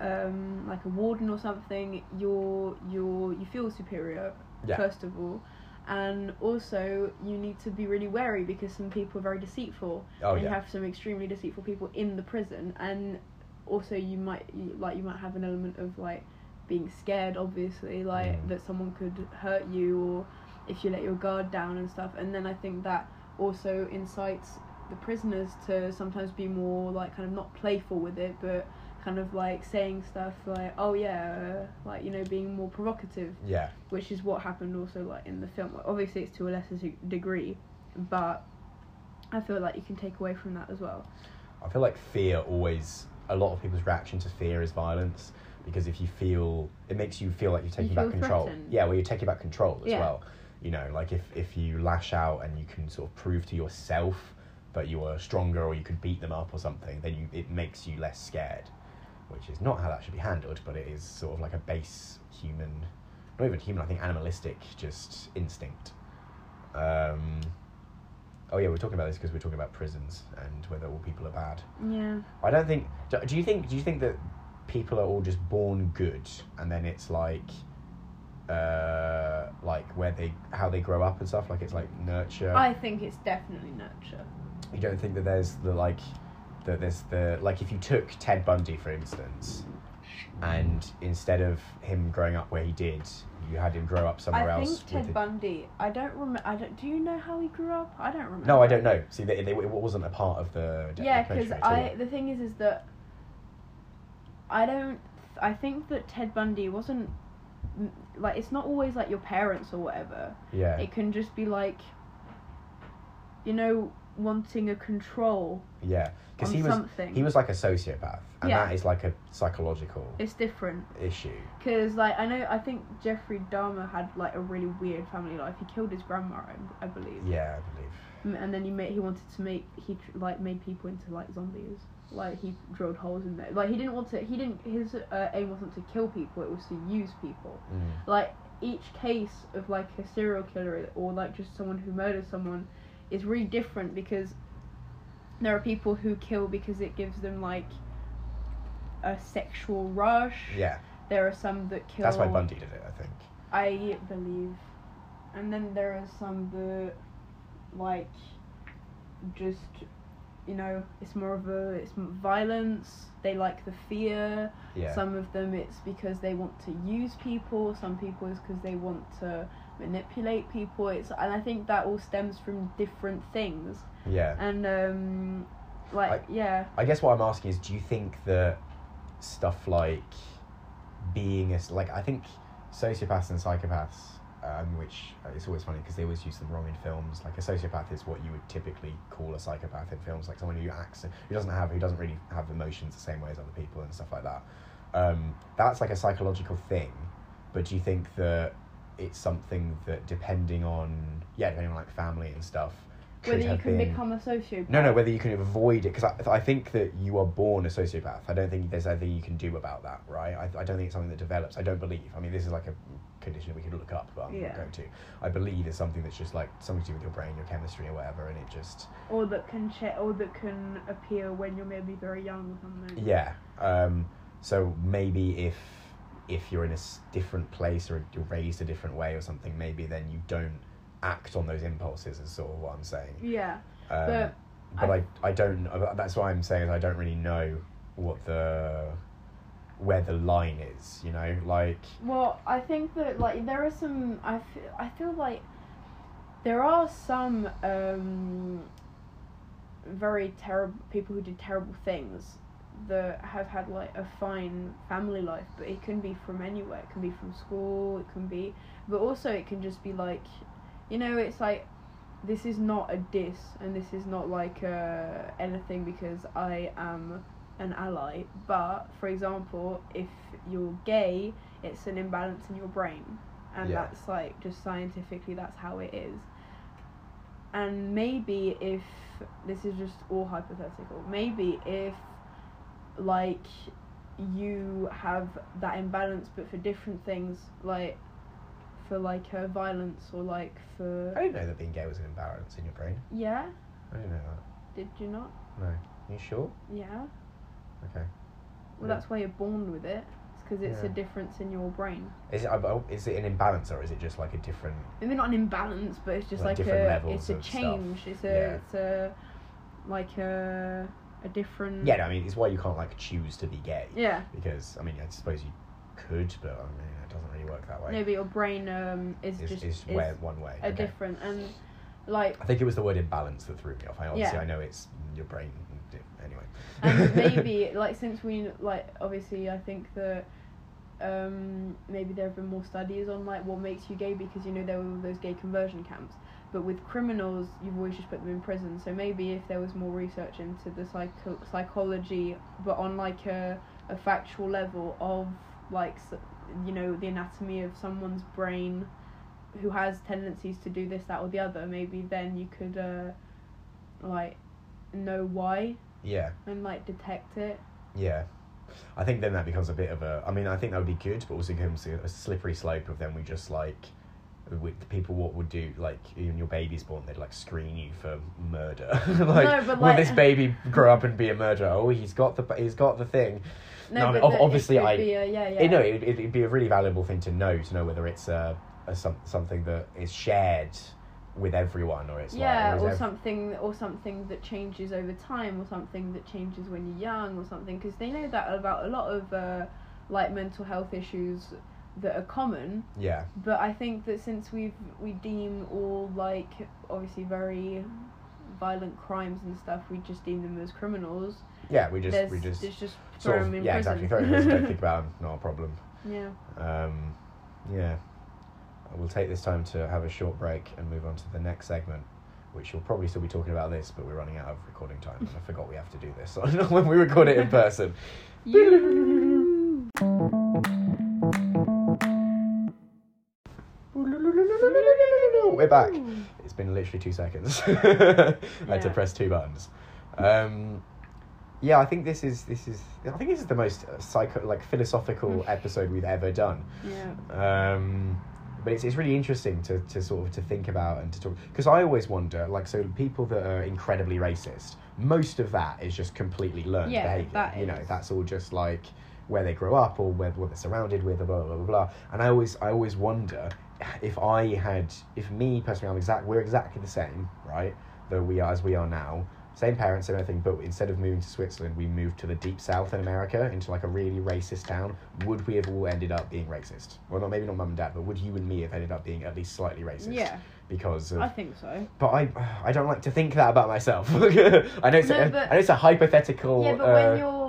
[SPEAKER 2] um, like a warden or something, you're you're you feel superior
[SPEAKER 1] Yeah.
[SPEAKER 2] first of all, and also you need to be really wary because some people are very deceitful.
[SPEAKER 1] Oh
[SPEAKER 2] and You
[SPEAKER 1] yeah.
[SPEAKER 2] have some extremely deceitful people in the prison, and also you might you, like you might have an element of like being scared, obviously, like
[SPEAKER 1] Mm.
[SPEAKER 2] that someone could hurt you or if you let your guard down and stuff. And then I think that also incites the prisoners to sometimes be more like kind of not playful with it, but kind of like saying stuff like oh yeah uh, like you know being more provocative
[SPEAKER 1] Yeah.
[SPEAKER 2] which is what happened also like in the film obviously it's to a lesser se- degree but i feel like you can take away from that as well
[SPEAKER 1] I feel like fear always a lot of people's reaction to fear is violence because if you feel it makes you feel like you're taking
[SPEAKER 2] feel
[SPEAKER 1] back control.
[SPEAKER 2] threatened.
[SPEAKER 1] Yeah, well you're taking back control as
[SPEAKER 2] Yeah.
[SPEAKER 1] well. You know, like if, if you lash out and you can sort of prove to yourself that you are stronger or you could beat them up or something, then you it makes you less scared. Which is not how that should be handled, but it is sort of like a base human not even human, I think animalistic just instinct. Um Oh yeah, we're talking about this because we're talking about prisons and whether all people are bad.
[SPEAKER 2] yeah
[SPEAKER 1] I don't think. Do, do you think? Do you think that people are all just born good, and then it's like, uh, like where they how they grow up and stuff? Like it's like nurture.
[SPEAKER 2] i think it's definitely nurture
[SPEAKER 1] you don't think that there's the like, that there's the like if you took Ted Bundy for instance, and instead of him growing up where he did, you had him grow up somewhere
[SPEAKER 2] i
[SPEAKER 1] else.
[SPEAKER 2] think
[SPEAKER 1] with
[SPEAKER 2] ted
[SPEAKER 1] the-
[SPEAKER 2] bundy i don't remember i don't do you know how he grew up i don't remember
[SPEAKER 1] no, I don't know. See, they, they, it wasn't a part of the.
[SPEAKER 2] yeah
[SPEAKER 1] documentary
[SPEAKER 2] because
[SPEAKER 1] at all.
[SPEAKER 2] i the thing is is that i don't i think that ted bundy wasn't like it's not always like your parents or whatever
[SPEAKER 1] Yeah.
[SPEAKER 2] It can just be like, you know, wanting a control
[SPEAKER 1] yeah. Because
[SPEAKER 2] on
[SPEAKER 1] he was
[SPEAKER 2] something.
[SPEAKER 1] he was like a sociopath, and
[SPEAKER 2] Yeah.
[SPEAKER 1] that is like a psychological.
[SPEAKER 2] it's different
[SPEAKER 1] issue.
[SPEAKER 2] because, like, I know I think Jeffrey Dahmer had like a really weird family life. He killed his grandma, I, I believe,
[SPEAKER 1] Yeah, I believe.
[SPEAKER 2] M- and then he made he wanted to make he tr- like made people into like zombies. Like he drilled holes in there. Like he didn't want to. He didn't. His uh, aim wasn't to kill people. It was to use people. like each case of like a serial killer or like just someone who murders someone is really different because there are people who kill because it gives them like a sexual rush.
[SPEAKER 1] Yeah,
[SPEAKER 2] There are some that kill.
[SPEAKER 1] that's why Bundy did it, I think.
[SPEAKER 2] I believe, and then there are some that like just you know it's more of a it's m- violence. They like the fear.
[SPEAKER 1] Yeah.
[SPEAKER 2] Some of them it's because they want to use people. Some people it's because they want to manipulate people. It's and I think that all stems from different things.
[SPEAKER 1] yeah.
[SPEAKER 2] And um, like yeah,
[SPEAKER 1] I guess what I'm asking is do you think that stuff like being a. s- Like, I think sociopaths and psychopaths, um, which uh, it's always funny because they always use them wrong in films. Like, a sociopath is what you would typically call a psychopath in films, like someone who acts. who doesn't have. who doesn't really have emotions the same way as other people and stuff like that. Um, that's like a psychological thing. But do you think that it's something that depending on. yeah, depending on like family and stuff. could
[SPEAKER 2] whether you
[SPEAKER 1] have
[SPEAKER 2] can
[SPEAKER 1] been-
[SPEAKER 2] become a sociopath.
[SPEAKER 1] no, no, whether you can avoid it, because I, I think that you are born a sociopath. I don't think there's anything you can do about that, right? I, I don't think it's something that develops. I don't believe. I mean, this is like a condition we could look up, but I'm
[SPEAKER 2] Yeah.
[SPEAKER 1] not going to. I believe it's something that's just like something to do with your brain, your chemistry, or whatever, and it just
[SPEAKER 2] Or that can che- or that can appear when you're maybe very young or something.
[SPEAKER 1] yeah. Um, so maybe if if you're in a s- different place or you're raised a different way or something, maybe then you don't act on those impulses. Is sort of what I'm saying.
[SPEAKER 2] Yeah.
[SPEAKER 1] Um,
[SPEAKER 2] But
[SPEAKER 1] but I, I don't know- that's why I'm saying I don't really know what the where the line is you know like
[SPEAKER 2] Well, I think that like there are some. I feel, I feel like there are some um, very terrible people who did terrible things that have had like a fine family life, but it can be from anywhere. It can be from school. It can be, but also it can just be like, you know, it's like this is not a diss and this is not like uh, anything because I am an ally. But for example, if you're gay it's an imbalance in your brain and
[SPEAKER 1] Yeah.
[SPEAKER 2] that's like just scientifically that's how it is and maybe if this is just all hypothetical maybe if like you have that imbalance but for different things like for like uh, violence or like
[SPEAKER 1] I
[SPEAKER 2] for
[SPEAKER 1] didn't know that being gay was an imbalance in your brain
[SPEAKER 2] yeah
[SPEAKER 1] I didn't know that.
[SPEAKER 2] Did you not?
[SPEAKER 1] No. You sure?
[SPEAKER 2] Yeah.
[SPEAKER 1] Okay.
[SPEAKER 2] Well, that's why you're born with it. It's because it's a
[SPEAKER 1] Yeah.
[SPEAKER 2] difference in your brain.
[SPEAKER 1] Is it, uh, oh, is it an imbalance or is it just like a different.
[SPEAKER 2] Maybe not an imbalance, but it's just
[SPEAKER 1] Like
[SPEAKER 2] like,
[SPEAKER 1] different
[SPEAKER 2] a.
[SPEAKER 1] levels
[SPEAKER 2] It's a
[SPEAKER 1] of stuff.
[SPEAKER 2] change. It's a.
[SPEAKER 1] Yeah.
[SPEAKER 2] It's a. Like a. A different.
[SPEAKER 1] Yeah, no, I mean, it's why you can't like choose to be gay.
[SPEAKER 2] Mm. Yeah.
[SPEAKER 1] Because, I mean, I suppose you could, but I mean, it doesn't really work that way.
[SPEAKER 2] No, but your brain um is
[SPEAKER 1] it's,
[SPEAKER 2] just
[SPEAKER 1] it's
[SPEAKER 2] is
[SPEAKER 1] where, one way.
[SPEAKER 2] a
[SPEAKER 1] okay.
[SPEAKER 2] different and like
[SPEAKER 1] I think it was the word imbalance that threw me off. I obviously
[SPEAKER 2] Yeah.
[SPEAKER 1] I know it's your brain. Anyway.
[SPEAKER 2] and maybe like since we like obviously I think that um maybe there have been more studies on like what makes you gay because you know there were all those gay conversion camps but with criminals you've always just put them in prison so maybe if there was more research into the psycho- psychology but on like a, a factual level of like s- you know the anatomy of someone's brain who has tendencies to do this that or the other maybe then you could uh like know why
[SPEAKER 1] yeah.
[SPEAKER 2] and like detect it.
[SPEAKER 1] Yeah. I think then that becomes a bit of a. I mean, I think that would be good, but also becomes a a slippery slope of then we just like, with the people what would do like even your baby's born they'd like screen you for murder. like,
[SPEAKER 2] No, but,
[SPEAKER 1] will
[SPEAKER 2] like-
[SPEAKER 1] this baby grow up and be a murderer? Oh, he's got the he's got the thing. No,
[SPEAKER 2] but
[SPEAKER 1] ob-
[SPEAKER 2] the-
[SPEAKER 1] obviously
[SPEAKER 2] it could
[SPEAKER 1] I-
[SPEAKER 2] Be a, yeah, yeah.
[SPEAKER 1] It, no, it, it'd be a really valuable thing to know to know whether it's a, a some, something that is shared with everyone or it's
[SPEAKER 2] yeah,
[SPEAKER 1] like,
[SPEAKER 2] or
[SPEAKER 1] is ev-
[SPEAKER 2] something, or something that changes over time, or something that changes when you're young, or something. Because they know that about a lot of uh, like mental health issues that are common.
[SPEAKER 1] yeah
[SPEAKER 2] But I think that since we've we deem all like obviously very violent crimes and stuff, we just deem them as criminals.
[SPEAKER 1] yeah we just
[SPEAKER 2] There's,
[SPEAKER 1] we just
[SPEAKER 2] it's just throw
[SPEAKER 1] sort of
[SPEAKER 2] them in
[SPEAKER 1] yeah
[SPEAKER 2] prison.
[SPEAKER 1] exactly throw them in prison, don't think about them not a problem.
[SPEAKER 2] yeah.
[SPEAKER 1] Um, yeah. We'll take this time to have a short break and move on to the next segment, which you'll probably still be talking about this, but we're running out of recording time and I forgot we have to do this when we record it in person.
[SPEAKER 2] You.
[SPEAKER 1] We're back. It's been literally two seconds. I had to
[SPEAKER 2] Yeah.
[SPEAKER 1] press two buttons. Um, yeah, I think this is this is I think this is the most uh, psycho like philosophical episode we've ever done.
[SPEAKER 2] Yeah.
[SPEAKER 1] um, but it's, it's really interesting to, to sort of to think about and to talk because I always wonder like so people that are incredibly racist most of that is just completely learned
[SPEAKER 2] Yeah,
[SPEAKER 1] behavior
[SPEAKER 2] that
[SPEAKER 1] you know
[SPEAKER 2] is.
[SPEAKER 1] that's all just like where they grow up or where what they're surrounded with or blah blah blah blah and I always I always wonder if I had if me personally I'm exact we're exactly the same right though we are as we are now same parents same everything but instead of moving to Switzerland we moved to the deep south in America into like a really racist town would we have all ended up being racist well not maybe not mum and dad but would you and me have ended up being at least slightly racist
[SPEAKER 2] Yeah,
[SPEAKER 1] because of
[SPEAKER 2] I think so.
[SPEAKER 1] but I I don't like to think that about myself I know it's,
[SPEAKER 2] No,
[SPEAKER 1] a,
[SPEAKER 2] but-
[SPEAKER 1] I know it's a hypothetical
[SPEAKER 2] Yeah, but
[SPEAKER 1] uh,
[SPEAKER 2] when you're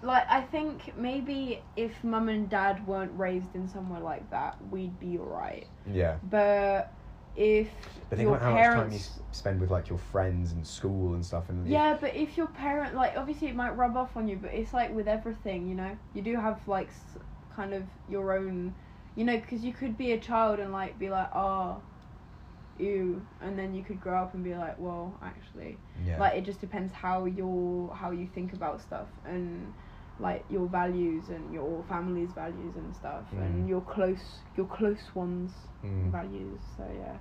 [SPEAKER 2] like, I think maybe if mum and dad weren't raised in somewhere like that, we'd be alright.
[SPEAKER 1] yeah
[SPEAKER 2] But if
[SPEAKER 1] But think
[SPEAKER 2] your
[SPEAKER 1] about how much time you
[SPEAKER 2] parents,
[SPEAKER 1] s- spend with like your friends and school and stuff. And
[SPEAKER 2] yeah, but if your parent, like, obviously it might rub off on you, but it's like with everything, you know, you do have like s- kind of your own, you know, because you could be a child and like be like, oh, ew, and then you could grow up and be like, well, actually,
[SPEAKER 1] yeah,
[SPEAKER 2] like it just depends how your how you think about stuff and like your values and your family's values and stuff and your close your close ones
[SPEAKER 1] Mm.
[SPEAKER 2] values so yeah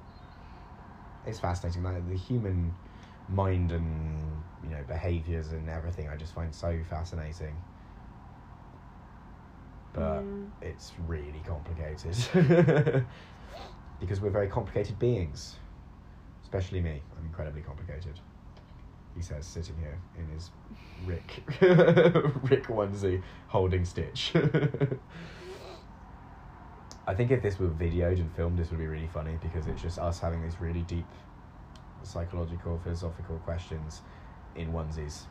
[SPEAKER 1] it's fascinating. Like the human mind and you know behaviors and everything, I just find so fascinating. But it's really complicated because we're very complicated beings, especially me. I'm incredibly complicated. He says, sitting here in his Rick Rick onesie, holding Stitch. I think if this were videoed and filmed, this would be really funny because it's just us having these really deep psychological, philosophical questions in onesies.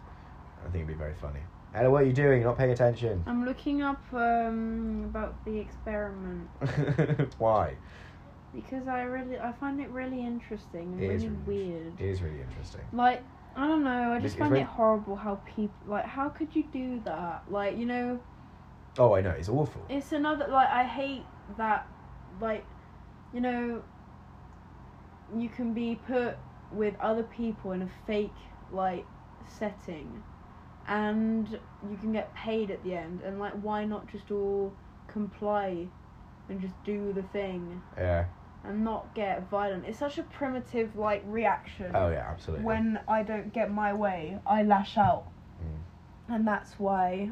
[SPEAKER 1] I think it'd be very funny. Ella, what are you doing? You're not paying attention.
[SPEAKER 2] i'm looking up um about the experiment
[SPEAKER 1] Why?
[SPEAKER 2] because i really i find it really interesting and
[SPEAKER 1] It is
[SPEAKER 2] really
[SPEAKER 1] really
[SPEAKER 2] weird
[SPEAKER 1] It is really interesting.
[SPEAKER 2] like I don't know. I
[SPEAKER 1] It's-
[SPEAKER 2] just
[SPEAKER 1] it's
[SPEAKER 2] find
[SPEAKER 1] very-
[SPEAKER 2] it horrible how people like. How could you do that? Like you know,
[SPEAKER 1] Oh, I know, it's awful.
[SPEAKER 2] it's another like I hate that like you know you can be put with other people in a fake like setting and you can get paid at the end and like why not just all comply and just do the thing
[SPEAKER 1] Yeah.
[SPEAKER 2] and not get violent. It's such a primitive like reaction.
[SPEAKER 1] Oh yeah, absolutely.
[SPEAKER 2] When I don't get my way, I lash out, and that's why.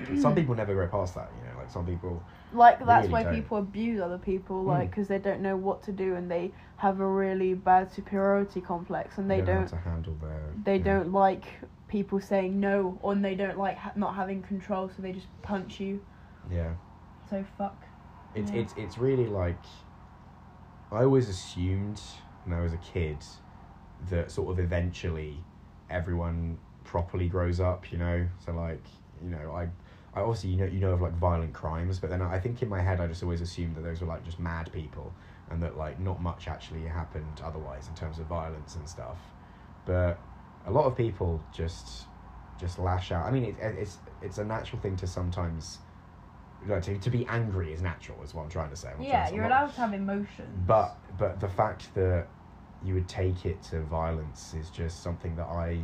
[SPEAKER 1] Mm. some people never grow past that, you know. Like some people,
[SPEAKER 2] like that's
[SPEAKER 1] really
[SPEAKER 2] why
[SPEAKER 1] don't.
[SPEAKER 2] people abuse other people,
[SPEAKER 1] Mm.
[SPEAKER 2] like because they don't know what to do and they have a really bad superiority complex and they
[SPEAKER 1] know how
[SPEAKER 2] don't
[SPEAKER 1] to handle their.
[SPEAKER 2] they
[SPEAKER 1] yeah.
[SPEAKER 2] don't like people saying no or they don't like ha- not having control, so they just punch you.
[SPEAKER 1] Yeah,
[SPEAKER 2] So fuck.
[SPEAKER 1] it's
[SPEAKER 2] Yeah.
[SPEAKER 1] it's it's really like. I always assumed when I was a kid that sort of eventually everyone properly grows up, you know. So like you know I. I obviously you know you know of like violent crimes, but then I I think in my head I just always assumed that those were like just mad people, and that like not much actually happened otherwise in terms of violence and stuff. But a lot of people just just lash out. I mean, it, it's it's a natural thing to sometimes like to, to be angry is natural is what I'm trying to say. I'm not trying
[SPEAKER 2] Yeah,
[SPEAKER 1] to-
[SPEAKER 2] you're
[SPEAKER 1] I'm not-
[SPEAKER 2] allowed to have emotions.
[SPEAKER 1] But but the fact that you would take it to violence is just something that I.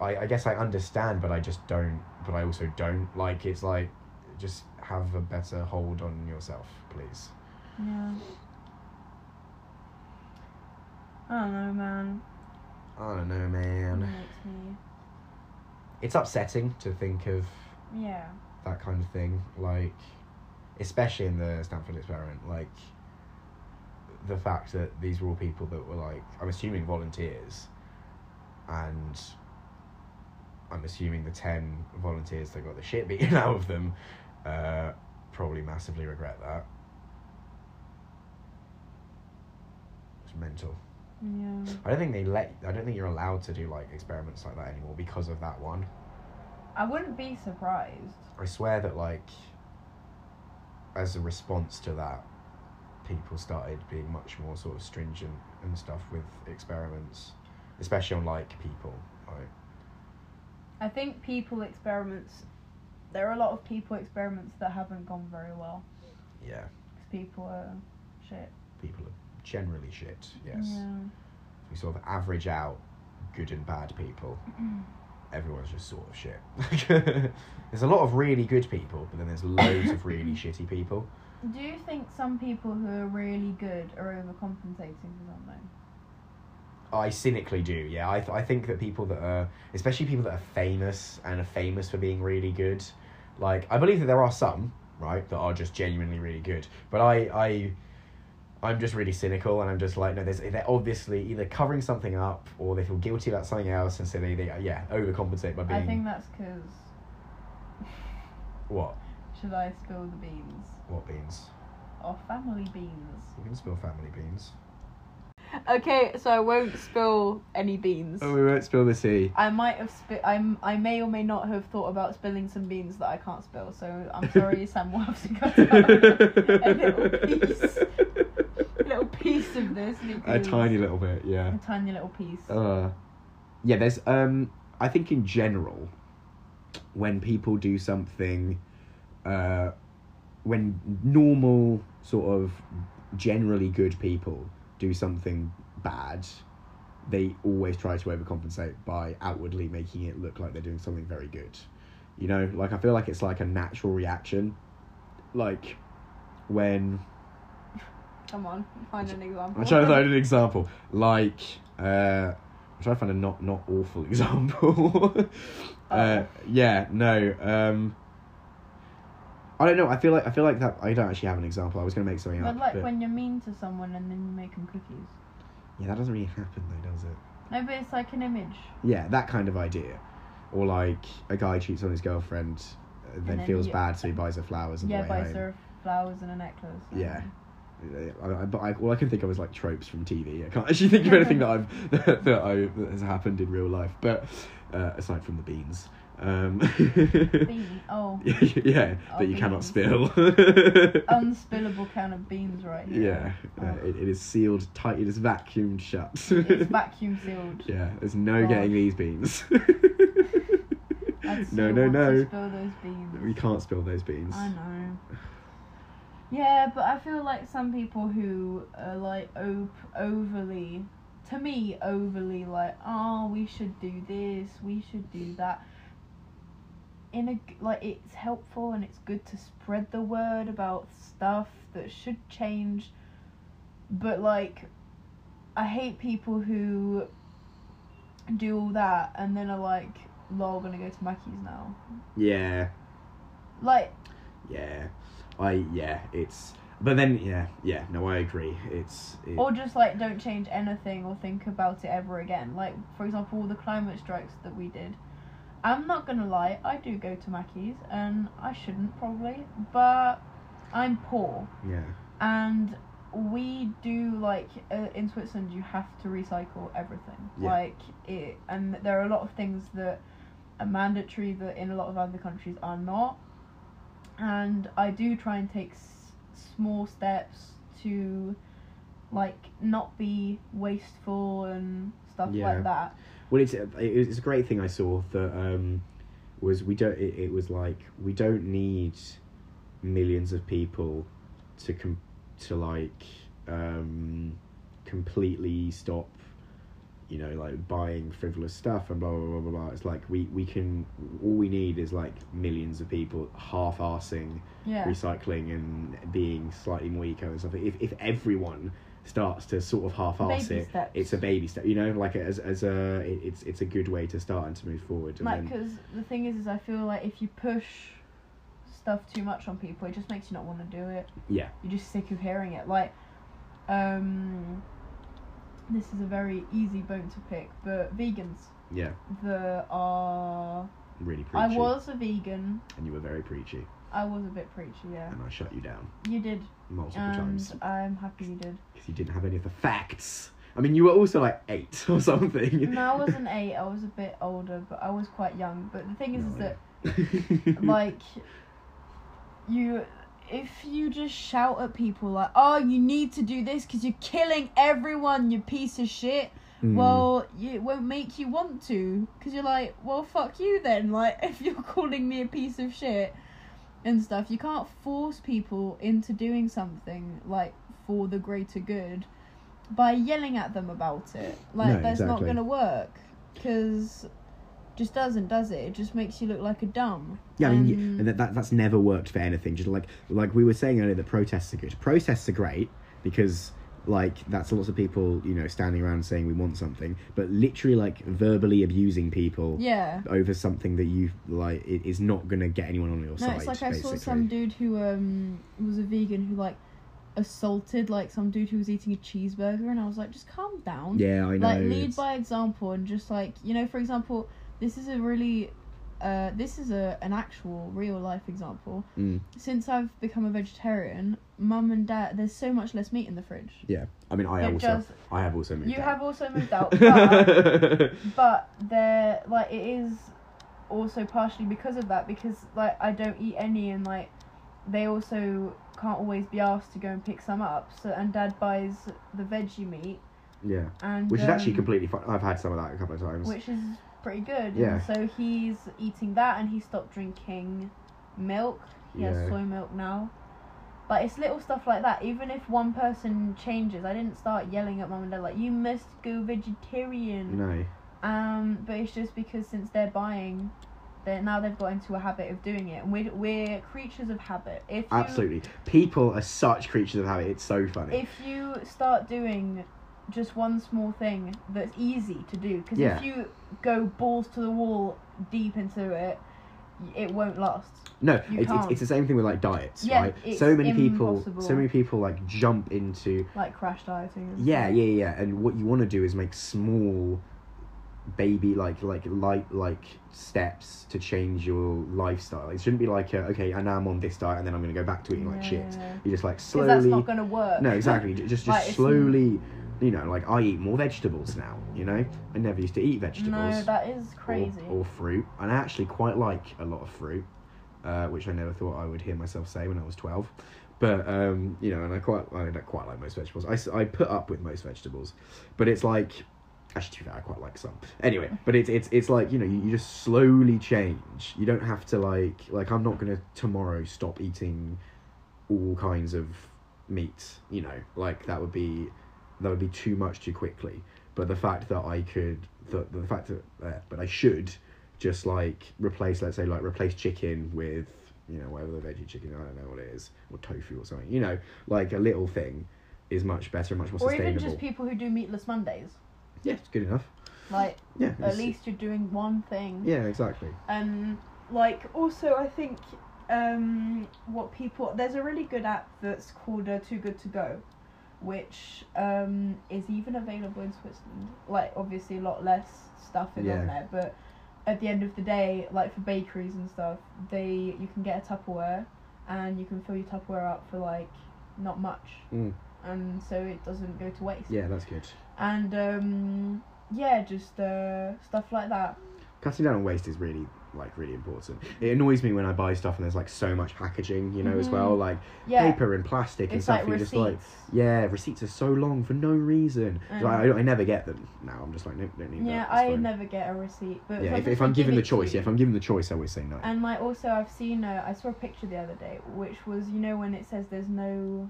[SPEAKER 1] I, I guess I understand, but I just don't. But I also don't like. It's like, just have a better hold on yourself, please.
[SPEAKER 2] yeah. I don't know, man.
[SPEAKER 1] I don't know,
[SPEAKER 2] It
[SPEAKER 1] man.
[SPEAKER 2] makes me.
[SPEAKER 1] It's upsetting to think of
[SPEAKER 2] Yeah.
[SPEAKER 1] that kind of thing. Like, especially in the Stanford experiment, like the fact that these were all people that were like, I'm assuming volunteers, and I'm assuming the ten volunteers that got the shit beaten out of them uh, probably massively regret that. It's mental.
[SPEAKER 2] Yeah.
[SPEAKER 1] I don't think they let. I don't think you're allowed to do like experiments like that anymore because of that one.
[SPEAKER 2] I wouldn't be surprised.
[SPEAKER 1] I swear that like as a response to that people started being much more sort of stringent and stuff with experiments especially on like people like
[SPEAKER 2] I think people experiments. There are a lot of people experiments that haven't gone very well
[SPEAKER 1] yeah
[SPEAKER 2] because people are shit.
[SPEAKER 1] people are generally shit yes
[SPEAKER 2] Yeah.
[SPEAKER 1] we sort of average out good and bad people everyone's just sort of shit there's a lot of really good people but then there's loads of really shitty people
[SPEAKER 2] Do you think some people who are really good are overcompensating for something?
[SPEAKER 1] I cynically do, yeah. I, th- I think that people that are, especially people that are famous and are famous for being really good, like, I believe that there are some, right, that are just genuinely really good. But I, I, I'm just really cynical and I'm just like, no, there's, they're obviously either covering something up or they feel guilty about something else and so they, they yeah, overcompensate by being,
[SPEAKER 2] I think that's because.
[SPEAKER 1] what?
[SPEAKER 2] Should I spill the beans?
[SPEAKER 1] What beans?
[SPEAKER 2] Or family beans?
[SPEAKER 1] You can spill family beans.
[SPEAKER 2] Okay, so I won't spill any beans.
[SPEAKER 1] Oh, we won't spill the tea.
[SPEAKER 2] I might have spi- I'm I may or may not have thought about spilling some beans that I can't spill, so I'm sorry, Sam will have to cut out a little piece, a little piece of this. and it goes-
[SPEAKER 1] little bit, yeah.
[SPEAKER 2] a tiny little piece.
[SPEAKER 1] Uh, yeah, there's. Um, I think in general, when people do something, uh, when normal sort of generally good people do something bad, they always try to overcompensate by outwardly making it look like they're doing something very good. You know, like I feel like it's like a natural reaction, like when
[SPEAKER 2] Come on, find an example.
[SPEAKER 1] I'm trying to find an example. Like, uh, I'm trying to find a not not awful example. uh,
[SPEAKER 2] Oh.
[SPEAKER 1] yeah, no. Um, I don't know. I feel like I feel like that. I don't actually have an example. I was gonna make something
[SPEAKER 2] But
[SPEAKER 1] up.
[SPEAKER 2] like
[SPEAKER 1] but-
[SPEAKER 2] when you're mean to someone and then you make them cookies.
[SPEAKER 1] yeah, that doesn't really happen though, does it?
[SPEAKER 2] No, but it's like an image.
[SPEAKER 1] Yeah, that kind of idea, or like a guy cheats on his girlfriend, uh, then,
[SPEAKER 2] then
[SPEAKER 1] feels
[SPEAKER 2] you-
[SPEAKER 1] bad, so he buys her flowers on the
[SPEAKER 2] yeah,
[SPEAKER 1] way
[SPEAKER 2] by
[SPEAKER 1] home.
[SPEAKER 2] sort of flowers and a necklace.
[SPEAKER 1] Yeah. I, I, but I, all I can think of is like tropes from TV. I can't actually think of anything that I've that, I that has happened in real life. But uh, aside from the beans, um,
[SPEAKER 2] Bean. Oh,
[SPEAKER 1] yeah,
[SPEAKER 2] Oh,
[SPEAKER 1] that you cannot
[SPEAKER 2] beans. Oh,
[SPEAKER 1] spill.
[SPEAKER 2] unspillable can of beans right
[SPEAKER 1] yeah,
[SPEAKER 2] here.
[SPEAKER 1] uh, it, it is sealed tight. It is vacuumed shut.
[SPEAKER 2] Oh. It's Oh. vacuum sealed.
[SPEAKER 1] yeah, there's no
[SPEAKER 2] God.
[SPEAKER 1] getting these beans.
[SPEAKER 2] I'd
[SPEAKER 1] no,
[SPEAKER 2] still
[SPEAKER 1] no,
[SPEAKER 2] want to
[SPEAKER 1] no.
[SPEAKER 2] Spill those beans.
[SPEAKER 1] We can't spill those beans.
[SPEAKER 2] I know. Yeah, but I feel like some people who are like op- overly, to me, overly like, oh, we should do this, we should do that. In a g- like, it's helpful and it's good to spread the word about stuff that should change, but like I hate people who do all that and then are like, "Lol, I'm gonna go to Mackey's now."
[SPEAKER 1] Yeah,
[SPEAKER 2] Like,
[SPEAKER 1] yeah. I yeah, it's but then yeah, yeah, no, I agree. It's it,
[SPEAKER 2] or just like don't change anything or think about it ever again. Like, for example, all the climate strikes that we did. I'm not gonna lie, I do go to Mackey's and I shouldn't probably, but I'm poor
[SPEAKER 1] yeah.
[SPEAKER 2] and we do like uh, in Switzerland you have to recycle everything
[SPEAKER 1] Yeah.
[SPEAKER 2] like it and there are a lot of things that are mandatory that in a lot of other countries are not and I do try and take s- small steps to like not be wasteful and stuff
[SPEAKER 1] Yeah.
[SPEAKER 2] like that
[SPEAKER 1] Well, it's uh, it- it's a great thing I saw that um, was we don't. It, it was like we don't need millions of people to com- to like um, completely stop. You know, like buying frivolous stuff and blah blah blah blah blah. It's like we we can all we need is like millions of people half-arsing
[SPEAKER 2] yeah
[SPEAKER 1] recycling and being slightly more eco and stuff. If if everyone starts to sort of half-arse
[SPEAKER 2] baby
[SPEAKER 1] it,
[SPEAKER 2] steps
[SPEAKER 1] it's a baby step you know like as as a it- it's it's a good way to start and to move forward and
[SPEAKER 2] like
[SPEAKER 1] then,
[SPEAKER 2] because the thing is is I feel like if you push stuff too much on people it just makes you not want to do it
[SPEAKER 1] yeah
[SPEAKER 2] you're just sick of hearing it. Like, um, this is a very easy bone to pick, but vegans
[SPEAKER 1] yeah
[SPEAKER 2] that are.
[SPEAKER 1] really
[SPEAKER 2] I
[SPEAKER 1] preachy
[SPEAKER 2] was a vegan.
[SPEAKER 1] and you were very preachy
[SPEAKER 2] I was a bit preachy, yeah.
[SPEAKER 1] and i shut you down
[SPEAKER 2] You did,
[SPEAKER 1] multiple
[SPEAKER 2] and
[SPEAKER 1] times
[SPEAKER 2] I'm happy you did.
[SPEAKER 1] because you didn't have any of the facts i mean you were also like eight or something
[SPEAKER 2] No, I wasn't eight. I was a bit older, but I was quite young. But the thing is, is that
[SPEAKER 1] that
[SPEAKER 2] like, you. If you just shout at people like, "Oh, you need to do this because you're killing everyone, you piece of shit,"
[SPEAKER 1] Hmm.
[SPEAKER 2] well you- it won't make you want to because you're like well fuck you then like if you're calling me a piece of shit and stuff you can't force people into doing something like for the greater good by yelling at them about it like
[SPEAKER 1] No,
[SPEAKER 2] that's
[SPEAKER 1] exactly.
[SPEAKER 2] not gonna work because just doesn't does it it just makes you look like a dumb
[SPEAKER 1] Yeah, I mean, you-
[SPEAKER 2] Um,
[SPEAKER 1] and that, that that's never worked for anything. Just like like we were saying earlier, that protests are good. Protests are great because like that's lots of people you know standing around saying we want something, but literally like verbally abusing people
[SPEAKER 2] yeah
[SPEAKER 1] over something that you like it is not going to get anyone on your
[SPEAKER 2] No,
[SPEAKER 1] side.
[SPEAKER 2] it's like
[SPEAKER 1] basically.
[SPEAKER 2] I saw some dude who um was a vegan who like assaulted like some dude who was eating a cheeseburger, and I was like, just calm down.
[SPEAKER 1] Yeah, I know.
[SPEAKER 2] like lead
[SPEAKER 1] it's-
[SPEAKER 2] by example, and just like you know, for example, this is a really, uh, this is a an actual real life example.
[SPEAKER 1] Mm.
[SPEAKER 2] Since I've become a vegetarian, mum and dad, there's so much less meat in the fridge.
[SPEAKER 1] I mean, I
[SPEAKER 2] It
[SPEAKER 1] also
[SPEAKER 2] does-
[SPEAKER 1] I have also moved.
[SPEAKER 2] You
[SPEAKER 1] out.
[SPEAKER 2] have also moved out, but, but there like it is also partially because of that because like I don't eat any and like they also can't always be asked to go and pick some up so and dad buys the veggie meat
[SPEAKER 1] yeah,
[SPEAKER 2] and
[SPEAKER 1] which is actually
[SPEAKER 2] um,
[SPEAKER 1] completely fine. I've had some of that a couple of times.
[SPEAKER 2] which is pretty good
[SPEAKER 1] Yeah.
[SPEAKER 2] and so he's eating that and he stopped drinking milk he
[SPEAKER 1] Yeah.
[SPEAKER 2] has soy milk now but it's little stuff like that even if one person changes I didn't start yelling at mum and dad like you must go vegetarian
[SPEAKER 1] no,
[SPEAKER 2] um, but it's just because since they're buying, they now they've got into a habit of doing it, and we're we're creatures of habit. If you,
[SPEAKER 1] absolutely. People are such creatures of habit. It's so funny.
[SPEAKER 2] if you start doing just one small thing that's easy to do, because
[SPEAKER 1] Yeah.
[SPEAKER 2] if you go balls to the wall deep into it, y- it won't last.
[SPEAKER 1] No,
[SPEAKER 2] You
[SPEAKER 1] it's, it's,
[SPEAKER 2] can't.
[SPEAKER 1] it's the same thing with like diets,
[SPEAKER 2] Yeah,
[SPEAKER 1] right?
[SPEAKER 2] it's
[SPEAKER 1] so many people,
[SPEAKER 2] impossible.
[SPEAKER 1] so many people like jump into
[SPEAKER 2] Like crash dieting. and
[SPEAKER 1] yeah,
[SPEAKER 2] stuff.
[SPEAKER 1] yeah, yeah. And what you want to do is make small, baby like like light like steps to change your lifestyle. It shouldn't be like uh, okay, and now I'm on this diet, and then I'm going to go back to eating like shit.
[SPEAKER 2] Yeah.
[SPEAKER 1] You just like
[SPEAKER 2] 'Cause that's
[SPEAKER 1] slowly.
[SPEAKER 2] not going to work.
[SPEAKER 1] No, exactly. Ju- Just just
[SPEAKER 2] Like, it's-
[SPEAKER 1] slowly. You know, like I eat more vegetables now. You know, I never used to eat vegetables
[SPEAKER 2] no, that is
[SPEAKER 1] or-
[SPEAKER 2] crazy.
[SPEAKER 1] Or, fruit. And I actually quite like a lot of fruit, uh, which I never thought I would hear myself say when I was 12. But, um, you know, and I quite, I don't quite like most vegetables. I, s- I put up with most vegetables, but it's like, actually, to be fair, I quite like some. Anyway, but it's, it's, it's like, you know, you, you just slowly change. You don't have to, like, like, I'm not going to tomorrow stop eating all kinds of meat, you know, like, that would be, that would be too much too quickly but the fact that I could, the, the fact that, uh, but I should just like replace, let's say, like replace chicken with, you know, whatever the veggie chicken, I don't know what it is, or tofu or something, you know, like a little thing is much better and much more
[SPEAKER 2] or even
[SPEAKER 1] sustainable.
[SPEAKER 2] just people who do meatless Mondays.
[SPEAKER 1] yeah, it's good enough.
[SPEAKER 2] Like
[SPEAKER 1] Yeah,
[SPEAKER 2] at
[SPEAKER 1] it's-
[SPEAKER 2] least you're doing one thing.
[SPEAKER 1] Yeah, exactly.
[SPEAKER 2] Um, like also, I think um, what people there's a really good app that's called uh, Too Good to Go, which um, is even available in Switzerland. Like obviously, a lot less stuff is
[SPEAKER 1] Yeah.
[SPEAKER 2] on there, but at the end of the day, like for bakeries and stuff, they you can get a Tupperware, and you can fill your Tupperware up for like not much,
[SPEAKER 1] Mm.
[SPEAKER 2] and so it doesn't go to waste.
[SPEAKER 1] Yeah, that's good.
[SPEAKER 2] And um, yeah, just uh, stuff like that.
[SPEAKER 1] Cutting down on waste is really like really important. It annoys me when I buy stuff and there's like so much packaging, you know, as well,
[SPEAKER 2] Mhm.
[SPEAKER 1] like
[SPEAKER 2] Yeah,
[SPEAKER 1] paper and plastic and
[SPEAKER 2] it's
[SPEAKER 1] stuff.
[SPEAKER 2] like
[SPEAKER 1] you're
[SPEAKER 2] receipts.
[SPEAKER 1] just like, yeah, receipts are so long for no reason. So I, I, I never get them now. I'm just like, no, don't need
[SPEAKER 2] Yeah,
[SPEAKER 1] that. That's
[SPEAKER 2] I
[SPEAKER 1] fine.
[SPEAKER 2] never get a receipt. But
[SPEAKER 1] Yeah, if,
[SPEAKER 2] sometimes
[SPEAKER 1] if
[SPEAKER 2] they
[SPEAKER 1] I'm
[SPEAKER 2] give
[SPEAKER 1] given the
[SPEAKER 2] it to
[SPEAKER 1] choice, yeah,
[SPEAKER 2] you.
[SPEAKER 1] if I'm given the choice, I always say no.
[SPEAKER 2] And like also, I've seen a, I saw a picture the other day, which was you know when it says there's no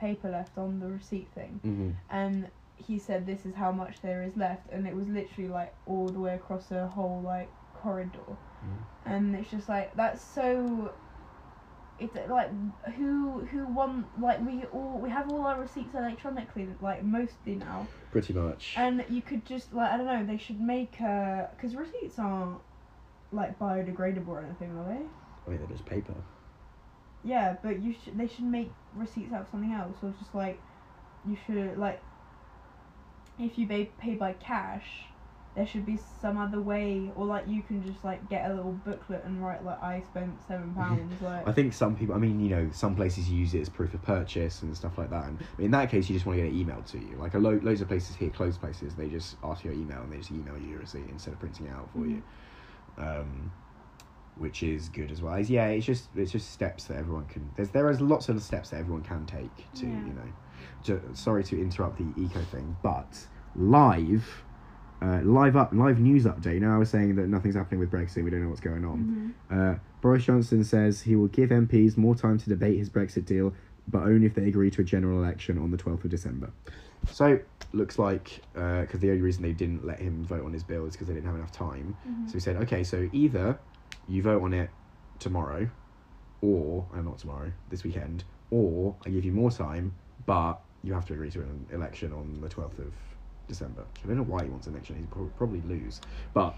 [SPEAKER 2] paper left on the receipt thing,
[SPEAKER 1] hmm
[SPEAKER 2] and he said this is how much there is left, and it was literally like all the way across a whole like corridor,
[SPEAKER 1] Mm.
[SPEAKER 2] and it's just like that's so. It's like who who won like we all we have all our receipts electronically like mostly now.
[SPEAKER 1] Pretty much.
[SPEAKER 2] And you could just like I don't know, they should make a because receipts aren't like biodegradable or anything, are they?
[SPEAKER 1] I mean, they're just paper.
[SPEAKER 2] Yeah, but you should they should make receipts out of something else, or just like you should like if you pay pay by cash, there should be some other way, or like you can just like get a little booklet and write like I spent seven pounds, like
[SPEAKER 1] I think some people, I mean, you know, some places use it as proof of purchase and stuff like that. And in that case, you just want to get it emailed to you. Like a lo- loads of places here, closed places, they just ask for your email and they just email you your receipt instead of printing it out for you, um, which is good as well. It's- yeah, it's just it's just steps that everyone can. There's there is lots of steps that everyone can take to
[SPEAKER 2] Yeah.
[SPEAKER 1] you know. Ju- sorry to interrupt the eco thing, but live. Uh, live up, live news update. Now I was saying that nothing's happening with Brexit. We don't know what's going on.
[SPEAKER 2] Mhm.
[SPEAKER 1] Uh, Boris Johnson says he will give MPs more time to debate his Brexit deal, but only if they agree to a general election on the 12th of December. So, looks like, because the only reason they didn't let him vote on his bill is because they didn't have enough time.
[SPEAKER 2] Mhm.
[SPEAKER 1] So he said, okay, so either you vote on it tomorrow, or, uh, not tomorrow, this weekend, or I give you more time, but you have to agree to an election on the 12th of December. I don't know why he wants an election, he'd pro- probably lose. But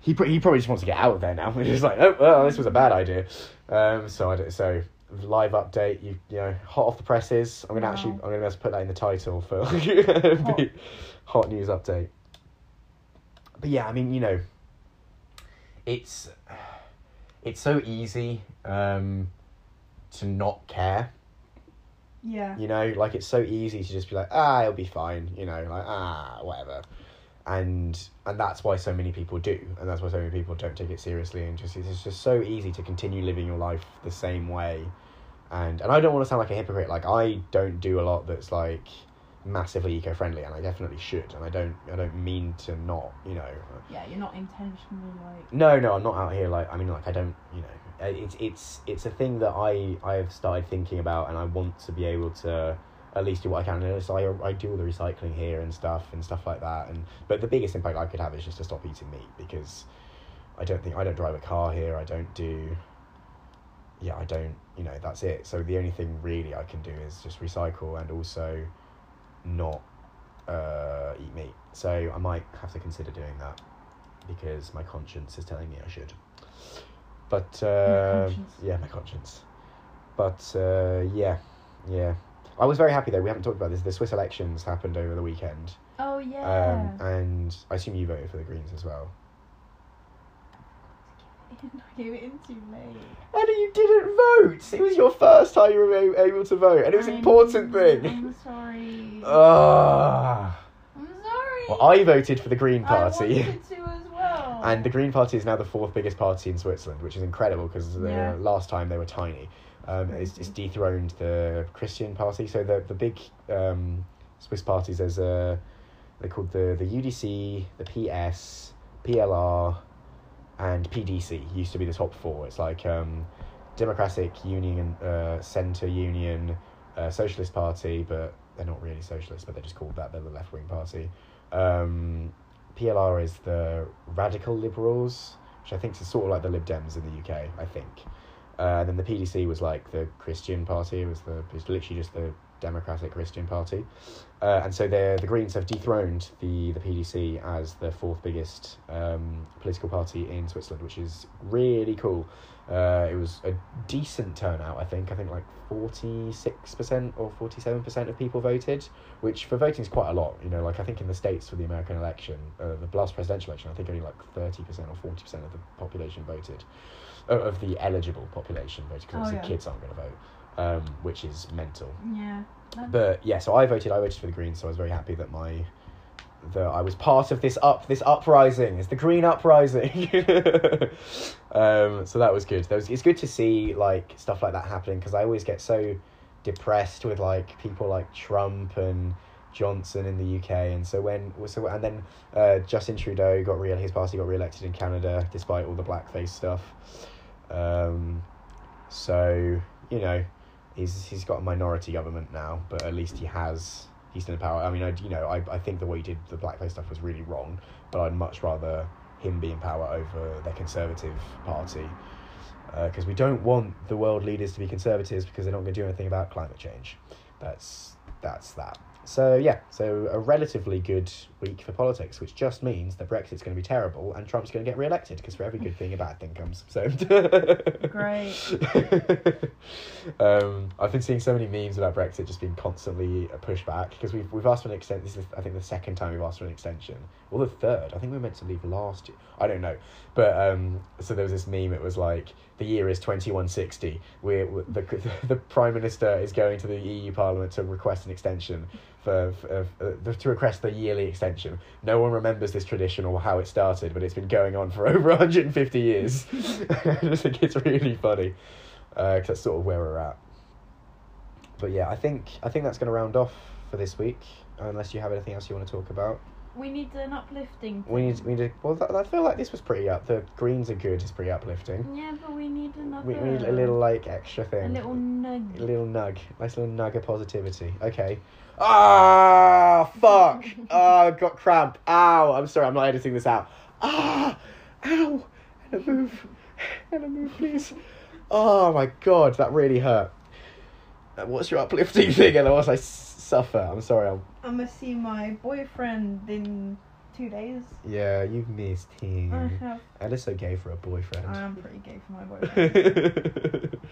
[SPEAKER 1] he, pr- he probably just wants to get out of there now. He's just like, oh, well, this was a bad idea. Um, so I don't, so live update, you you know, hot off the presses. I'm gonna
[SPEAKER 2] Wow.
[SPEAKER 1] actually, I'm gonna have to put that in the title for hot. news update. But yeah, I mean, you know, it's it's so easy um, to not care.
[SPEAKER 2] yeah.
[SPEAKER 1] You know, like it's so easy to just be like, ah, it'll be fine. You know, like ah, whatever. And and that's why so many people do, and that's why so many people don't take it seriously. And just it's just so easy to continue living your life the same way. And and I don't want to sound like a hypocrite. Like I don't do a lot that's like massively eco friendly, and I definitely should. And I don't I don't mean to not. You know,
[SPEAKER 2] Yeah, you're not intentionally like
[SPEAKER 1] no, no, I'm not out here like I mean like I don't you know uh, it's it's it's a thing that I I have started thinking about and I want to be able to at least do what I can and so I I do all the recycling here and stuff and stuff like that and but the biggest impact I could have is just to stop eating meat because I don't think I don't drive a car here I don't do yeah I don't you know that's it so the only thing really I can do is just recycle and also not uh, eat meat so I might have to consider doing that because my conscience is telling me I should. But uh,
[SPEAKER 2] conscience.
[SPEAKER 1] yeah, my conscience. But uh, yeah, yeah. I was very happy though. We haven't talked about this. The Swiss elections happened over the weekend,
[SPEAKER 2] oh yeah.
[SPEAKER 1] um, and I assume you voted for the Greens as well.
[SPEAKER 2] I gave it in too late.
[SPEAKER 1] And you didn't vote. It was your first time you were a- able to vote, and it was an
[SPEAKER 2] I'm-
[SPEAKER 1] important thing.
[SPEAKER 2] I'm sorry.
[SPEAKER 1] Ah.
[SPEAKER 2] I'm sorry.
[SPEAKER 1] Well, I voted for the Green
[SPEAKER 2] I
[SPEAKER 1] Party.
[SPEAKER 2] wanted to as well.
[SPEAKER 1] And the Green Party is now the fourth biggest party in Switzerland, which is incredible because
[SPEAKER 2] Yeah.
[SPEAKER 1] last time they were tiny. Um, it's, it's dethroned the Christian Party. So the the big um, Swiss parties there's a they're called the the UDC, the PS, PLR, and PDC. Used to be the top four. It's like um, Democratic Union, uh, Centre Union, uh, Socialist Party, but they're not really socialist, but they're just called that. They're the left wing party. Um, PLR is the Radical Liberals, which I think is sort of like the Lib Dems in the UK, I think. Uh, and then the PDC was like the Christian Party. It was the it's literally just the Democratic Christian Party, uh, and so the the Greens have dethroned the the PDC as the fourth biggest um, political party in Switzerland, which is really cool. Uh, it was a decent turnout, I think. I think like forty six percent or forty seven percent of people voted, which for voting is quite a lot. You know, like I think in the states for the American election, uh, the last presidential election, I think only like thirty percent or forty percent of the population voted, uh, of the eligible population voted
[SPEAKER 2] Oh,
[SPEAKER 1] because
[SPEAKER 2] yeah.
[SPEAKER 1] the kids aren't going to vote, um, which is mental.
[SPEAKER 2] Yeah.
[SPEAKER 1] But yeah, so I voted. I voted for the Greens, so I was very happy that my that I was part of this up this uprising. It's the Green uprising. um, so that was good. That was, it's good to see like stuff like that happening because I always get so depressed with like people like Trump and Johnson in the UK, and so when so and then uh, Justin Trudeau got re his party got re-elected in Canada despite all the blackface stuff. Um, so you know, he's he's got a minority government now, but at least he has he's still in power. I mean, I you know I I think the way he did the blackface stuff was really wrong, but I'd much rather him be in power over their conservative party. Because Uh, we don't want the world leaders to be conservatives because they're not going to do anything about climate change. That's that's that. So yeah, so a relatively good week for politics, which just means that Brexit's going to be terrible and Trump's going to get re-elected because for every good thing, a bad thing comes. So
[SPEAKER 2] Great.
[SPEAKER 1] um, I've been seeing so many memes about Brexit just being constantly a pushback because we've, we've asked for an extension. This is, I think, the second time we've asked for an extension, or the third. I think we were meant to leave last year. I don't know, but um, so there was this meme. It was like the year is twenty one sixty. We're we're- the the prime minister is going to the EU Parliament to request an extension for, for uh, to request the yearly extension. No one remembers this tradition or how it started, but it's been going on for over 150 years. I just think it's really funny because that's sort of where we're at. But yeah, I think I think that's going to round off for this week. Unless you have anything else you want to talk about,
[SPEAKER 2] We need an uplifting.
[SPEAKER 1] we need we need. to- well, that, I feel like this was pretty up. The greens are good. It's pretty uplifting.
[SPEAKER 2] Yeah, but we need another.
[SPEAKER 1] We, we need a little like extra thing.
[SPEAKER 2] A little
[SPEAKER 1] A
[SPEAKER 2] nudge.
[SPEAKER 1] little nug, nice little nug of positivity. Okay. Ah, fuck. Ah, I've got cramp. Ow. I'm sorry. I'm not editing this out. Ah, ow. And a move. And a move, please. Oh my god, that really hurt. Uh, What's your uplifting thing? And I suffer. I'm sorry. I'll...
[SPEAKER 2] I'm gonna see my boyfriend in two days.
[SPEAKER 1] Yeah, you've missed
[SPEAKER 2] I
[SPEAKER 1] him.
[SPEAKER 2] have.
[SPEAKER 1] Ella's so gay for a
[SPEAKER 2] I
[SPEAKER 1] boyfriend.
[SPEAKER 2] am pretty gay for my boyfriend.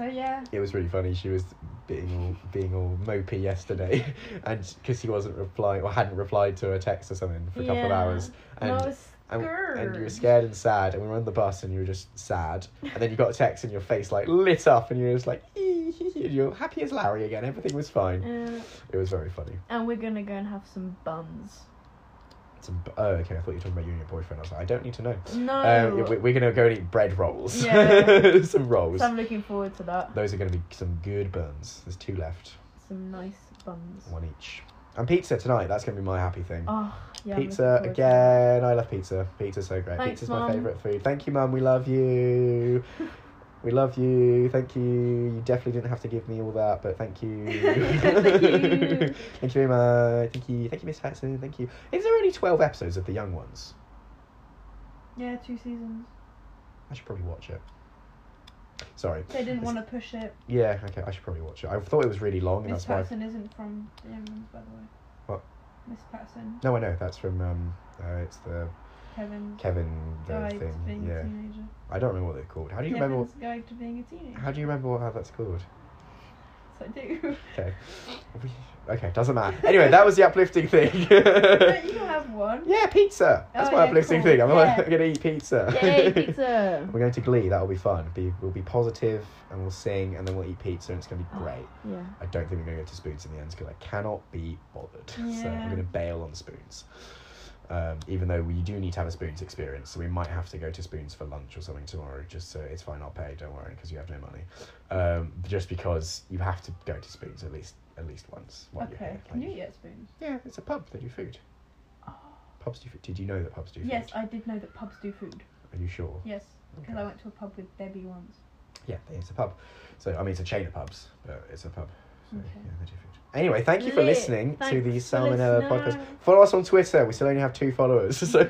[SPEAKER 1] it
[SPEAKER 2] so yeah.
[SPEAKER 1] was really funny. She was being all being all mopey yesterday, and because he wasn't replying or hadn't replied to her text or something for a couple of
[SPEAKER 2] Yeah.
[SPEAKER 1] hours,
[SPEAKER 2] And,
[SPEAKER 1] and
[SPEAKER 2] I was
[SPEAKER 1] and,
[SPEAKER 2] scared.
[SPEAKER 1] and you were scared and sad, and we were on the bus and you were just sad, and then you got a text and your face like lit up, and you were just like, "Ee, hee, hee," and you're happy as Larry again. Everything was fine.
[SPEAKER 2] Uh,
[SPEAKER 1] It was very funny.
[SPEAKER 2] and we're gonna go and have some buns.
[SPEAKER 1] It's a b oh, okay. I thought you were talking about you and your boyfriend. I was like, I don't need to know.
[SPEAKER 2] No.
[SPEAKER 1] Um, yeah, we, we're gonna go and eat bread rolls,
[SPEAKER 2] Oh. Yeah.
[SPEAKER 1] some rolls.
[SPEAKER 2] so I'm looking forward to that.
[SPEAKER 1] Those are gonna be some good buns. There's two left.
[SPEAKER 2] Some nice buns.
[SPEAKER 1] One each. And pizza tonight. That's going to be my happy thing.
[SPEAKER 2] Oh yeah. I'm
[SPEAKER 1] pizza
[SPEAKER 2] looking forward to that.
[SPEAKER 1] again. I love pizza. Pizza's so great.
[SPEAKER 2] Thanks,
[SPEAKER 1] Pizza's
[SPEAKER 2] Mum.
[SPEAKER 1] my favourite food. Thank you, Mum. We love you. we love you. Thank you. You definitely didn't have to give me all that, but thank you.
[SPEAKER 2] Thank you.
[SPEAKER 1] Thank you very much. Thank you. Thank you, Miss Hudson. Thank you. Is there only 12 episodes of The Young Ones?
[SPEAKER 2] Yeah, two seasons.
[SPEAKER 1] I should probably watch it. Sorry.
[SPEAKER 2] They didn't
[SPEAKER 1] It's-
[SPEAKER 2] want to push it.
[SPEAKER 1] Yeah, okay, I should probably watch it. I thought it was really long, and
[SPEAKER 2] Miss
[SPEAKER 1] that's why.
[SPEAKER 2] Patterson isn't from the Young Ones, by the way.
[SPEAKER 1] What?
[SPEAKER 2] Miss Patterson,
[SPEAKER 1] No, I know. That's from, um, uh, it's the
[SPEAKER 2] Kevin's
[SPEAKER 1] Kevin the
[SPEAKER 2] guide to
[SPEAKER 1] thing.
[SPEAKER 2] being
[SPEAKER 1] Yeah.
[SPEAKER 2] a teenager.
[SPEAKER 1] I don't remember what they're called. How do you
[SPEAKER 2] Kevin's
[SPEAKER 1] remember? What,
[SPEAKER 2] guide to being a teenager.
[SPEAKER 1] how do you remember what, how that's called?
[SPEAKER 2] So I do.
[SPEAKER 1] Okay. We- Okay, doesn't matter. Anyway, that was the uplifting thing.
[SPEAKER 2] Don't you have one?
[SPEAKER 1] yeah, pizza. That's
[SPEAKER 2] Oh,
[SPEAKER 1] my
[SPEAKER 2] yeah,
[SPEAKER 1] uplifting
[SPEAKER 2] cool.
[SPEAKER 1] thing. I'm
[SPEAKER 2] Yeah.
[SPEAKER 1] gonna eat pizza.
[SPEAKER 2] Yay, pizza!
[SPEAKER 1] We're going to Glee. That'll be fun. Be, we'll be positive and we'll sing and then we'll eat pizza and it's gonna
[SPEAKER 2] Oh.
[SPEAKER 1] be great.
[SPEAKER 2] Yeah.
[SPEAKER 1] I don't think we're gonna go to spoons in the end because I cannot be bothered. So
[SPEAKER 2] Yeah.
[SPEAKER 1] I'm gonna bail on spoons. Um, even though we do need to have a spoons experience, so we might have to go to spoons for lunch or something tomorrow. Just so it's fine, I'll pay. Don't worry, because you have no money. Um, just because you have to go to spoons at least at least once. While You're
[SPEAKER 2] Okay.
[SPEAKER 1] here.
[SPEAKER 2] Can you
[SPEAKER 1] Like,
[SPEAKER 2] eat at spoons?
[SPEAKER 1] Yeah, it's a pub. They do food. Pubs do food. Did you know that pubs do food?
[SPEAKER 2] Yes, I did know that pubs do food.
[SPEAKER 1] Are you sure?
[SPEAKER 2] Yes, because
[SPEAKER 1] Okay.
[SPEAKER 2] I went to a pub with Debbie once.
[SPEAKER 1] Yeah, it's a pub. So I mean, it's a chain of pubs, but it's a pub. So,
[SPEAKER 2] Okay.
[SPEAKER 1] yeah, they're different. Anyway, thank you for
[SPEAKER 2] Lit.
[SPEAKER 1] listening to the
[SPEAKER 2] Thanks for
[SPEAKER 1] Salmonella
[SPEAKER 2] listening.
[SPEAKER 1] podcast. Follow us on Twitter. We still only have two followers. So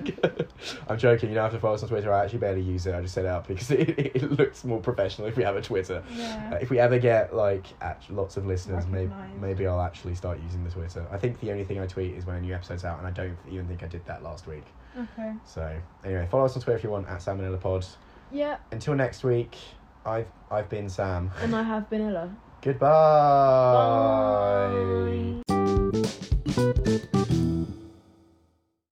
[SPEAKER 1] I'm joking. You don't have to follow us on Twitter. I actually barely use it. I just set it up because it, it looks more professional if we have a Twitter.
[SPEAKER 2] Yeah.
[SPEAKER 1] Uh, if we ever get like act- lots of listeners, maybe
[SPEAKER 2] Recognised.
[SPEAKER 1] maybe I'll actually start using the Twitter. I think the only thing I tweet is when a new episode's out, and I don't even think I did that last week.
[SPEAKER 2] Okay.
[SPEAKER 1] So anyway, follow us on Twitter if you want at Salmonella Pod.
[SPEAKER 2] Yeah.
[SPEAKER 1] Until next week, I've I've been Sam.
[SPEAKER 2] And I have vanilla.
[SPEAKER 1] Goodbye.
[SPEAKER 2] Bye.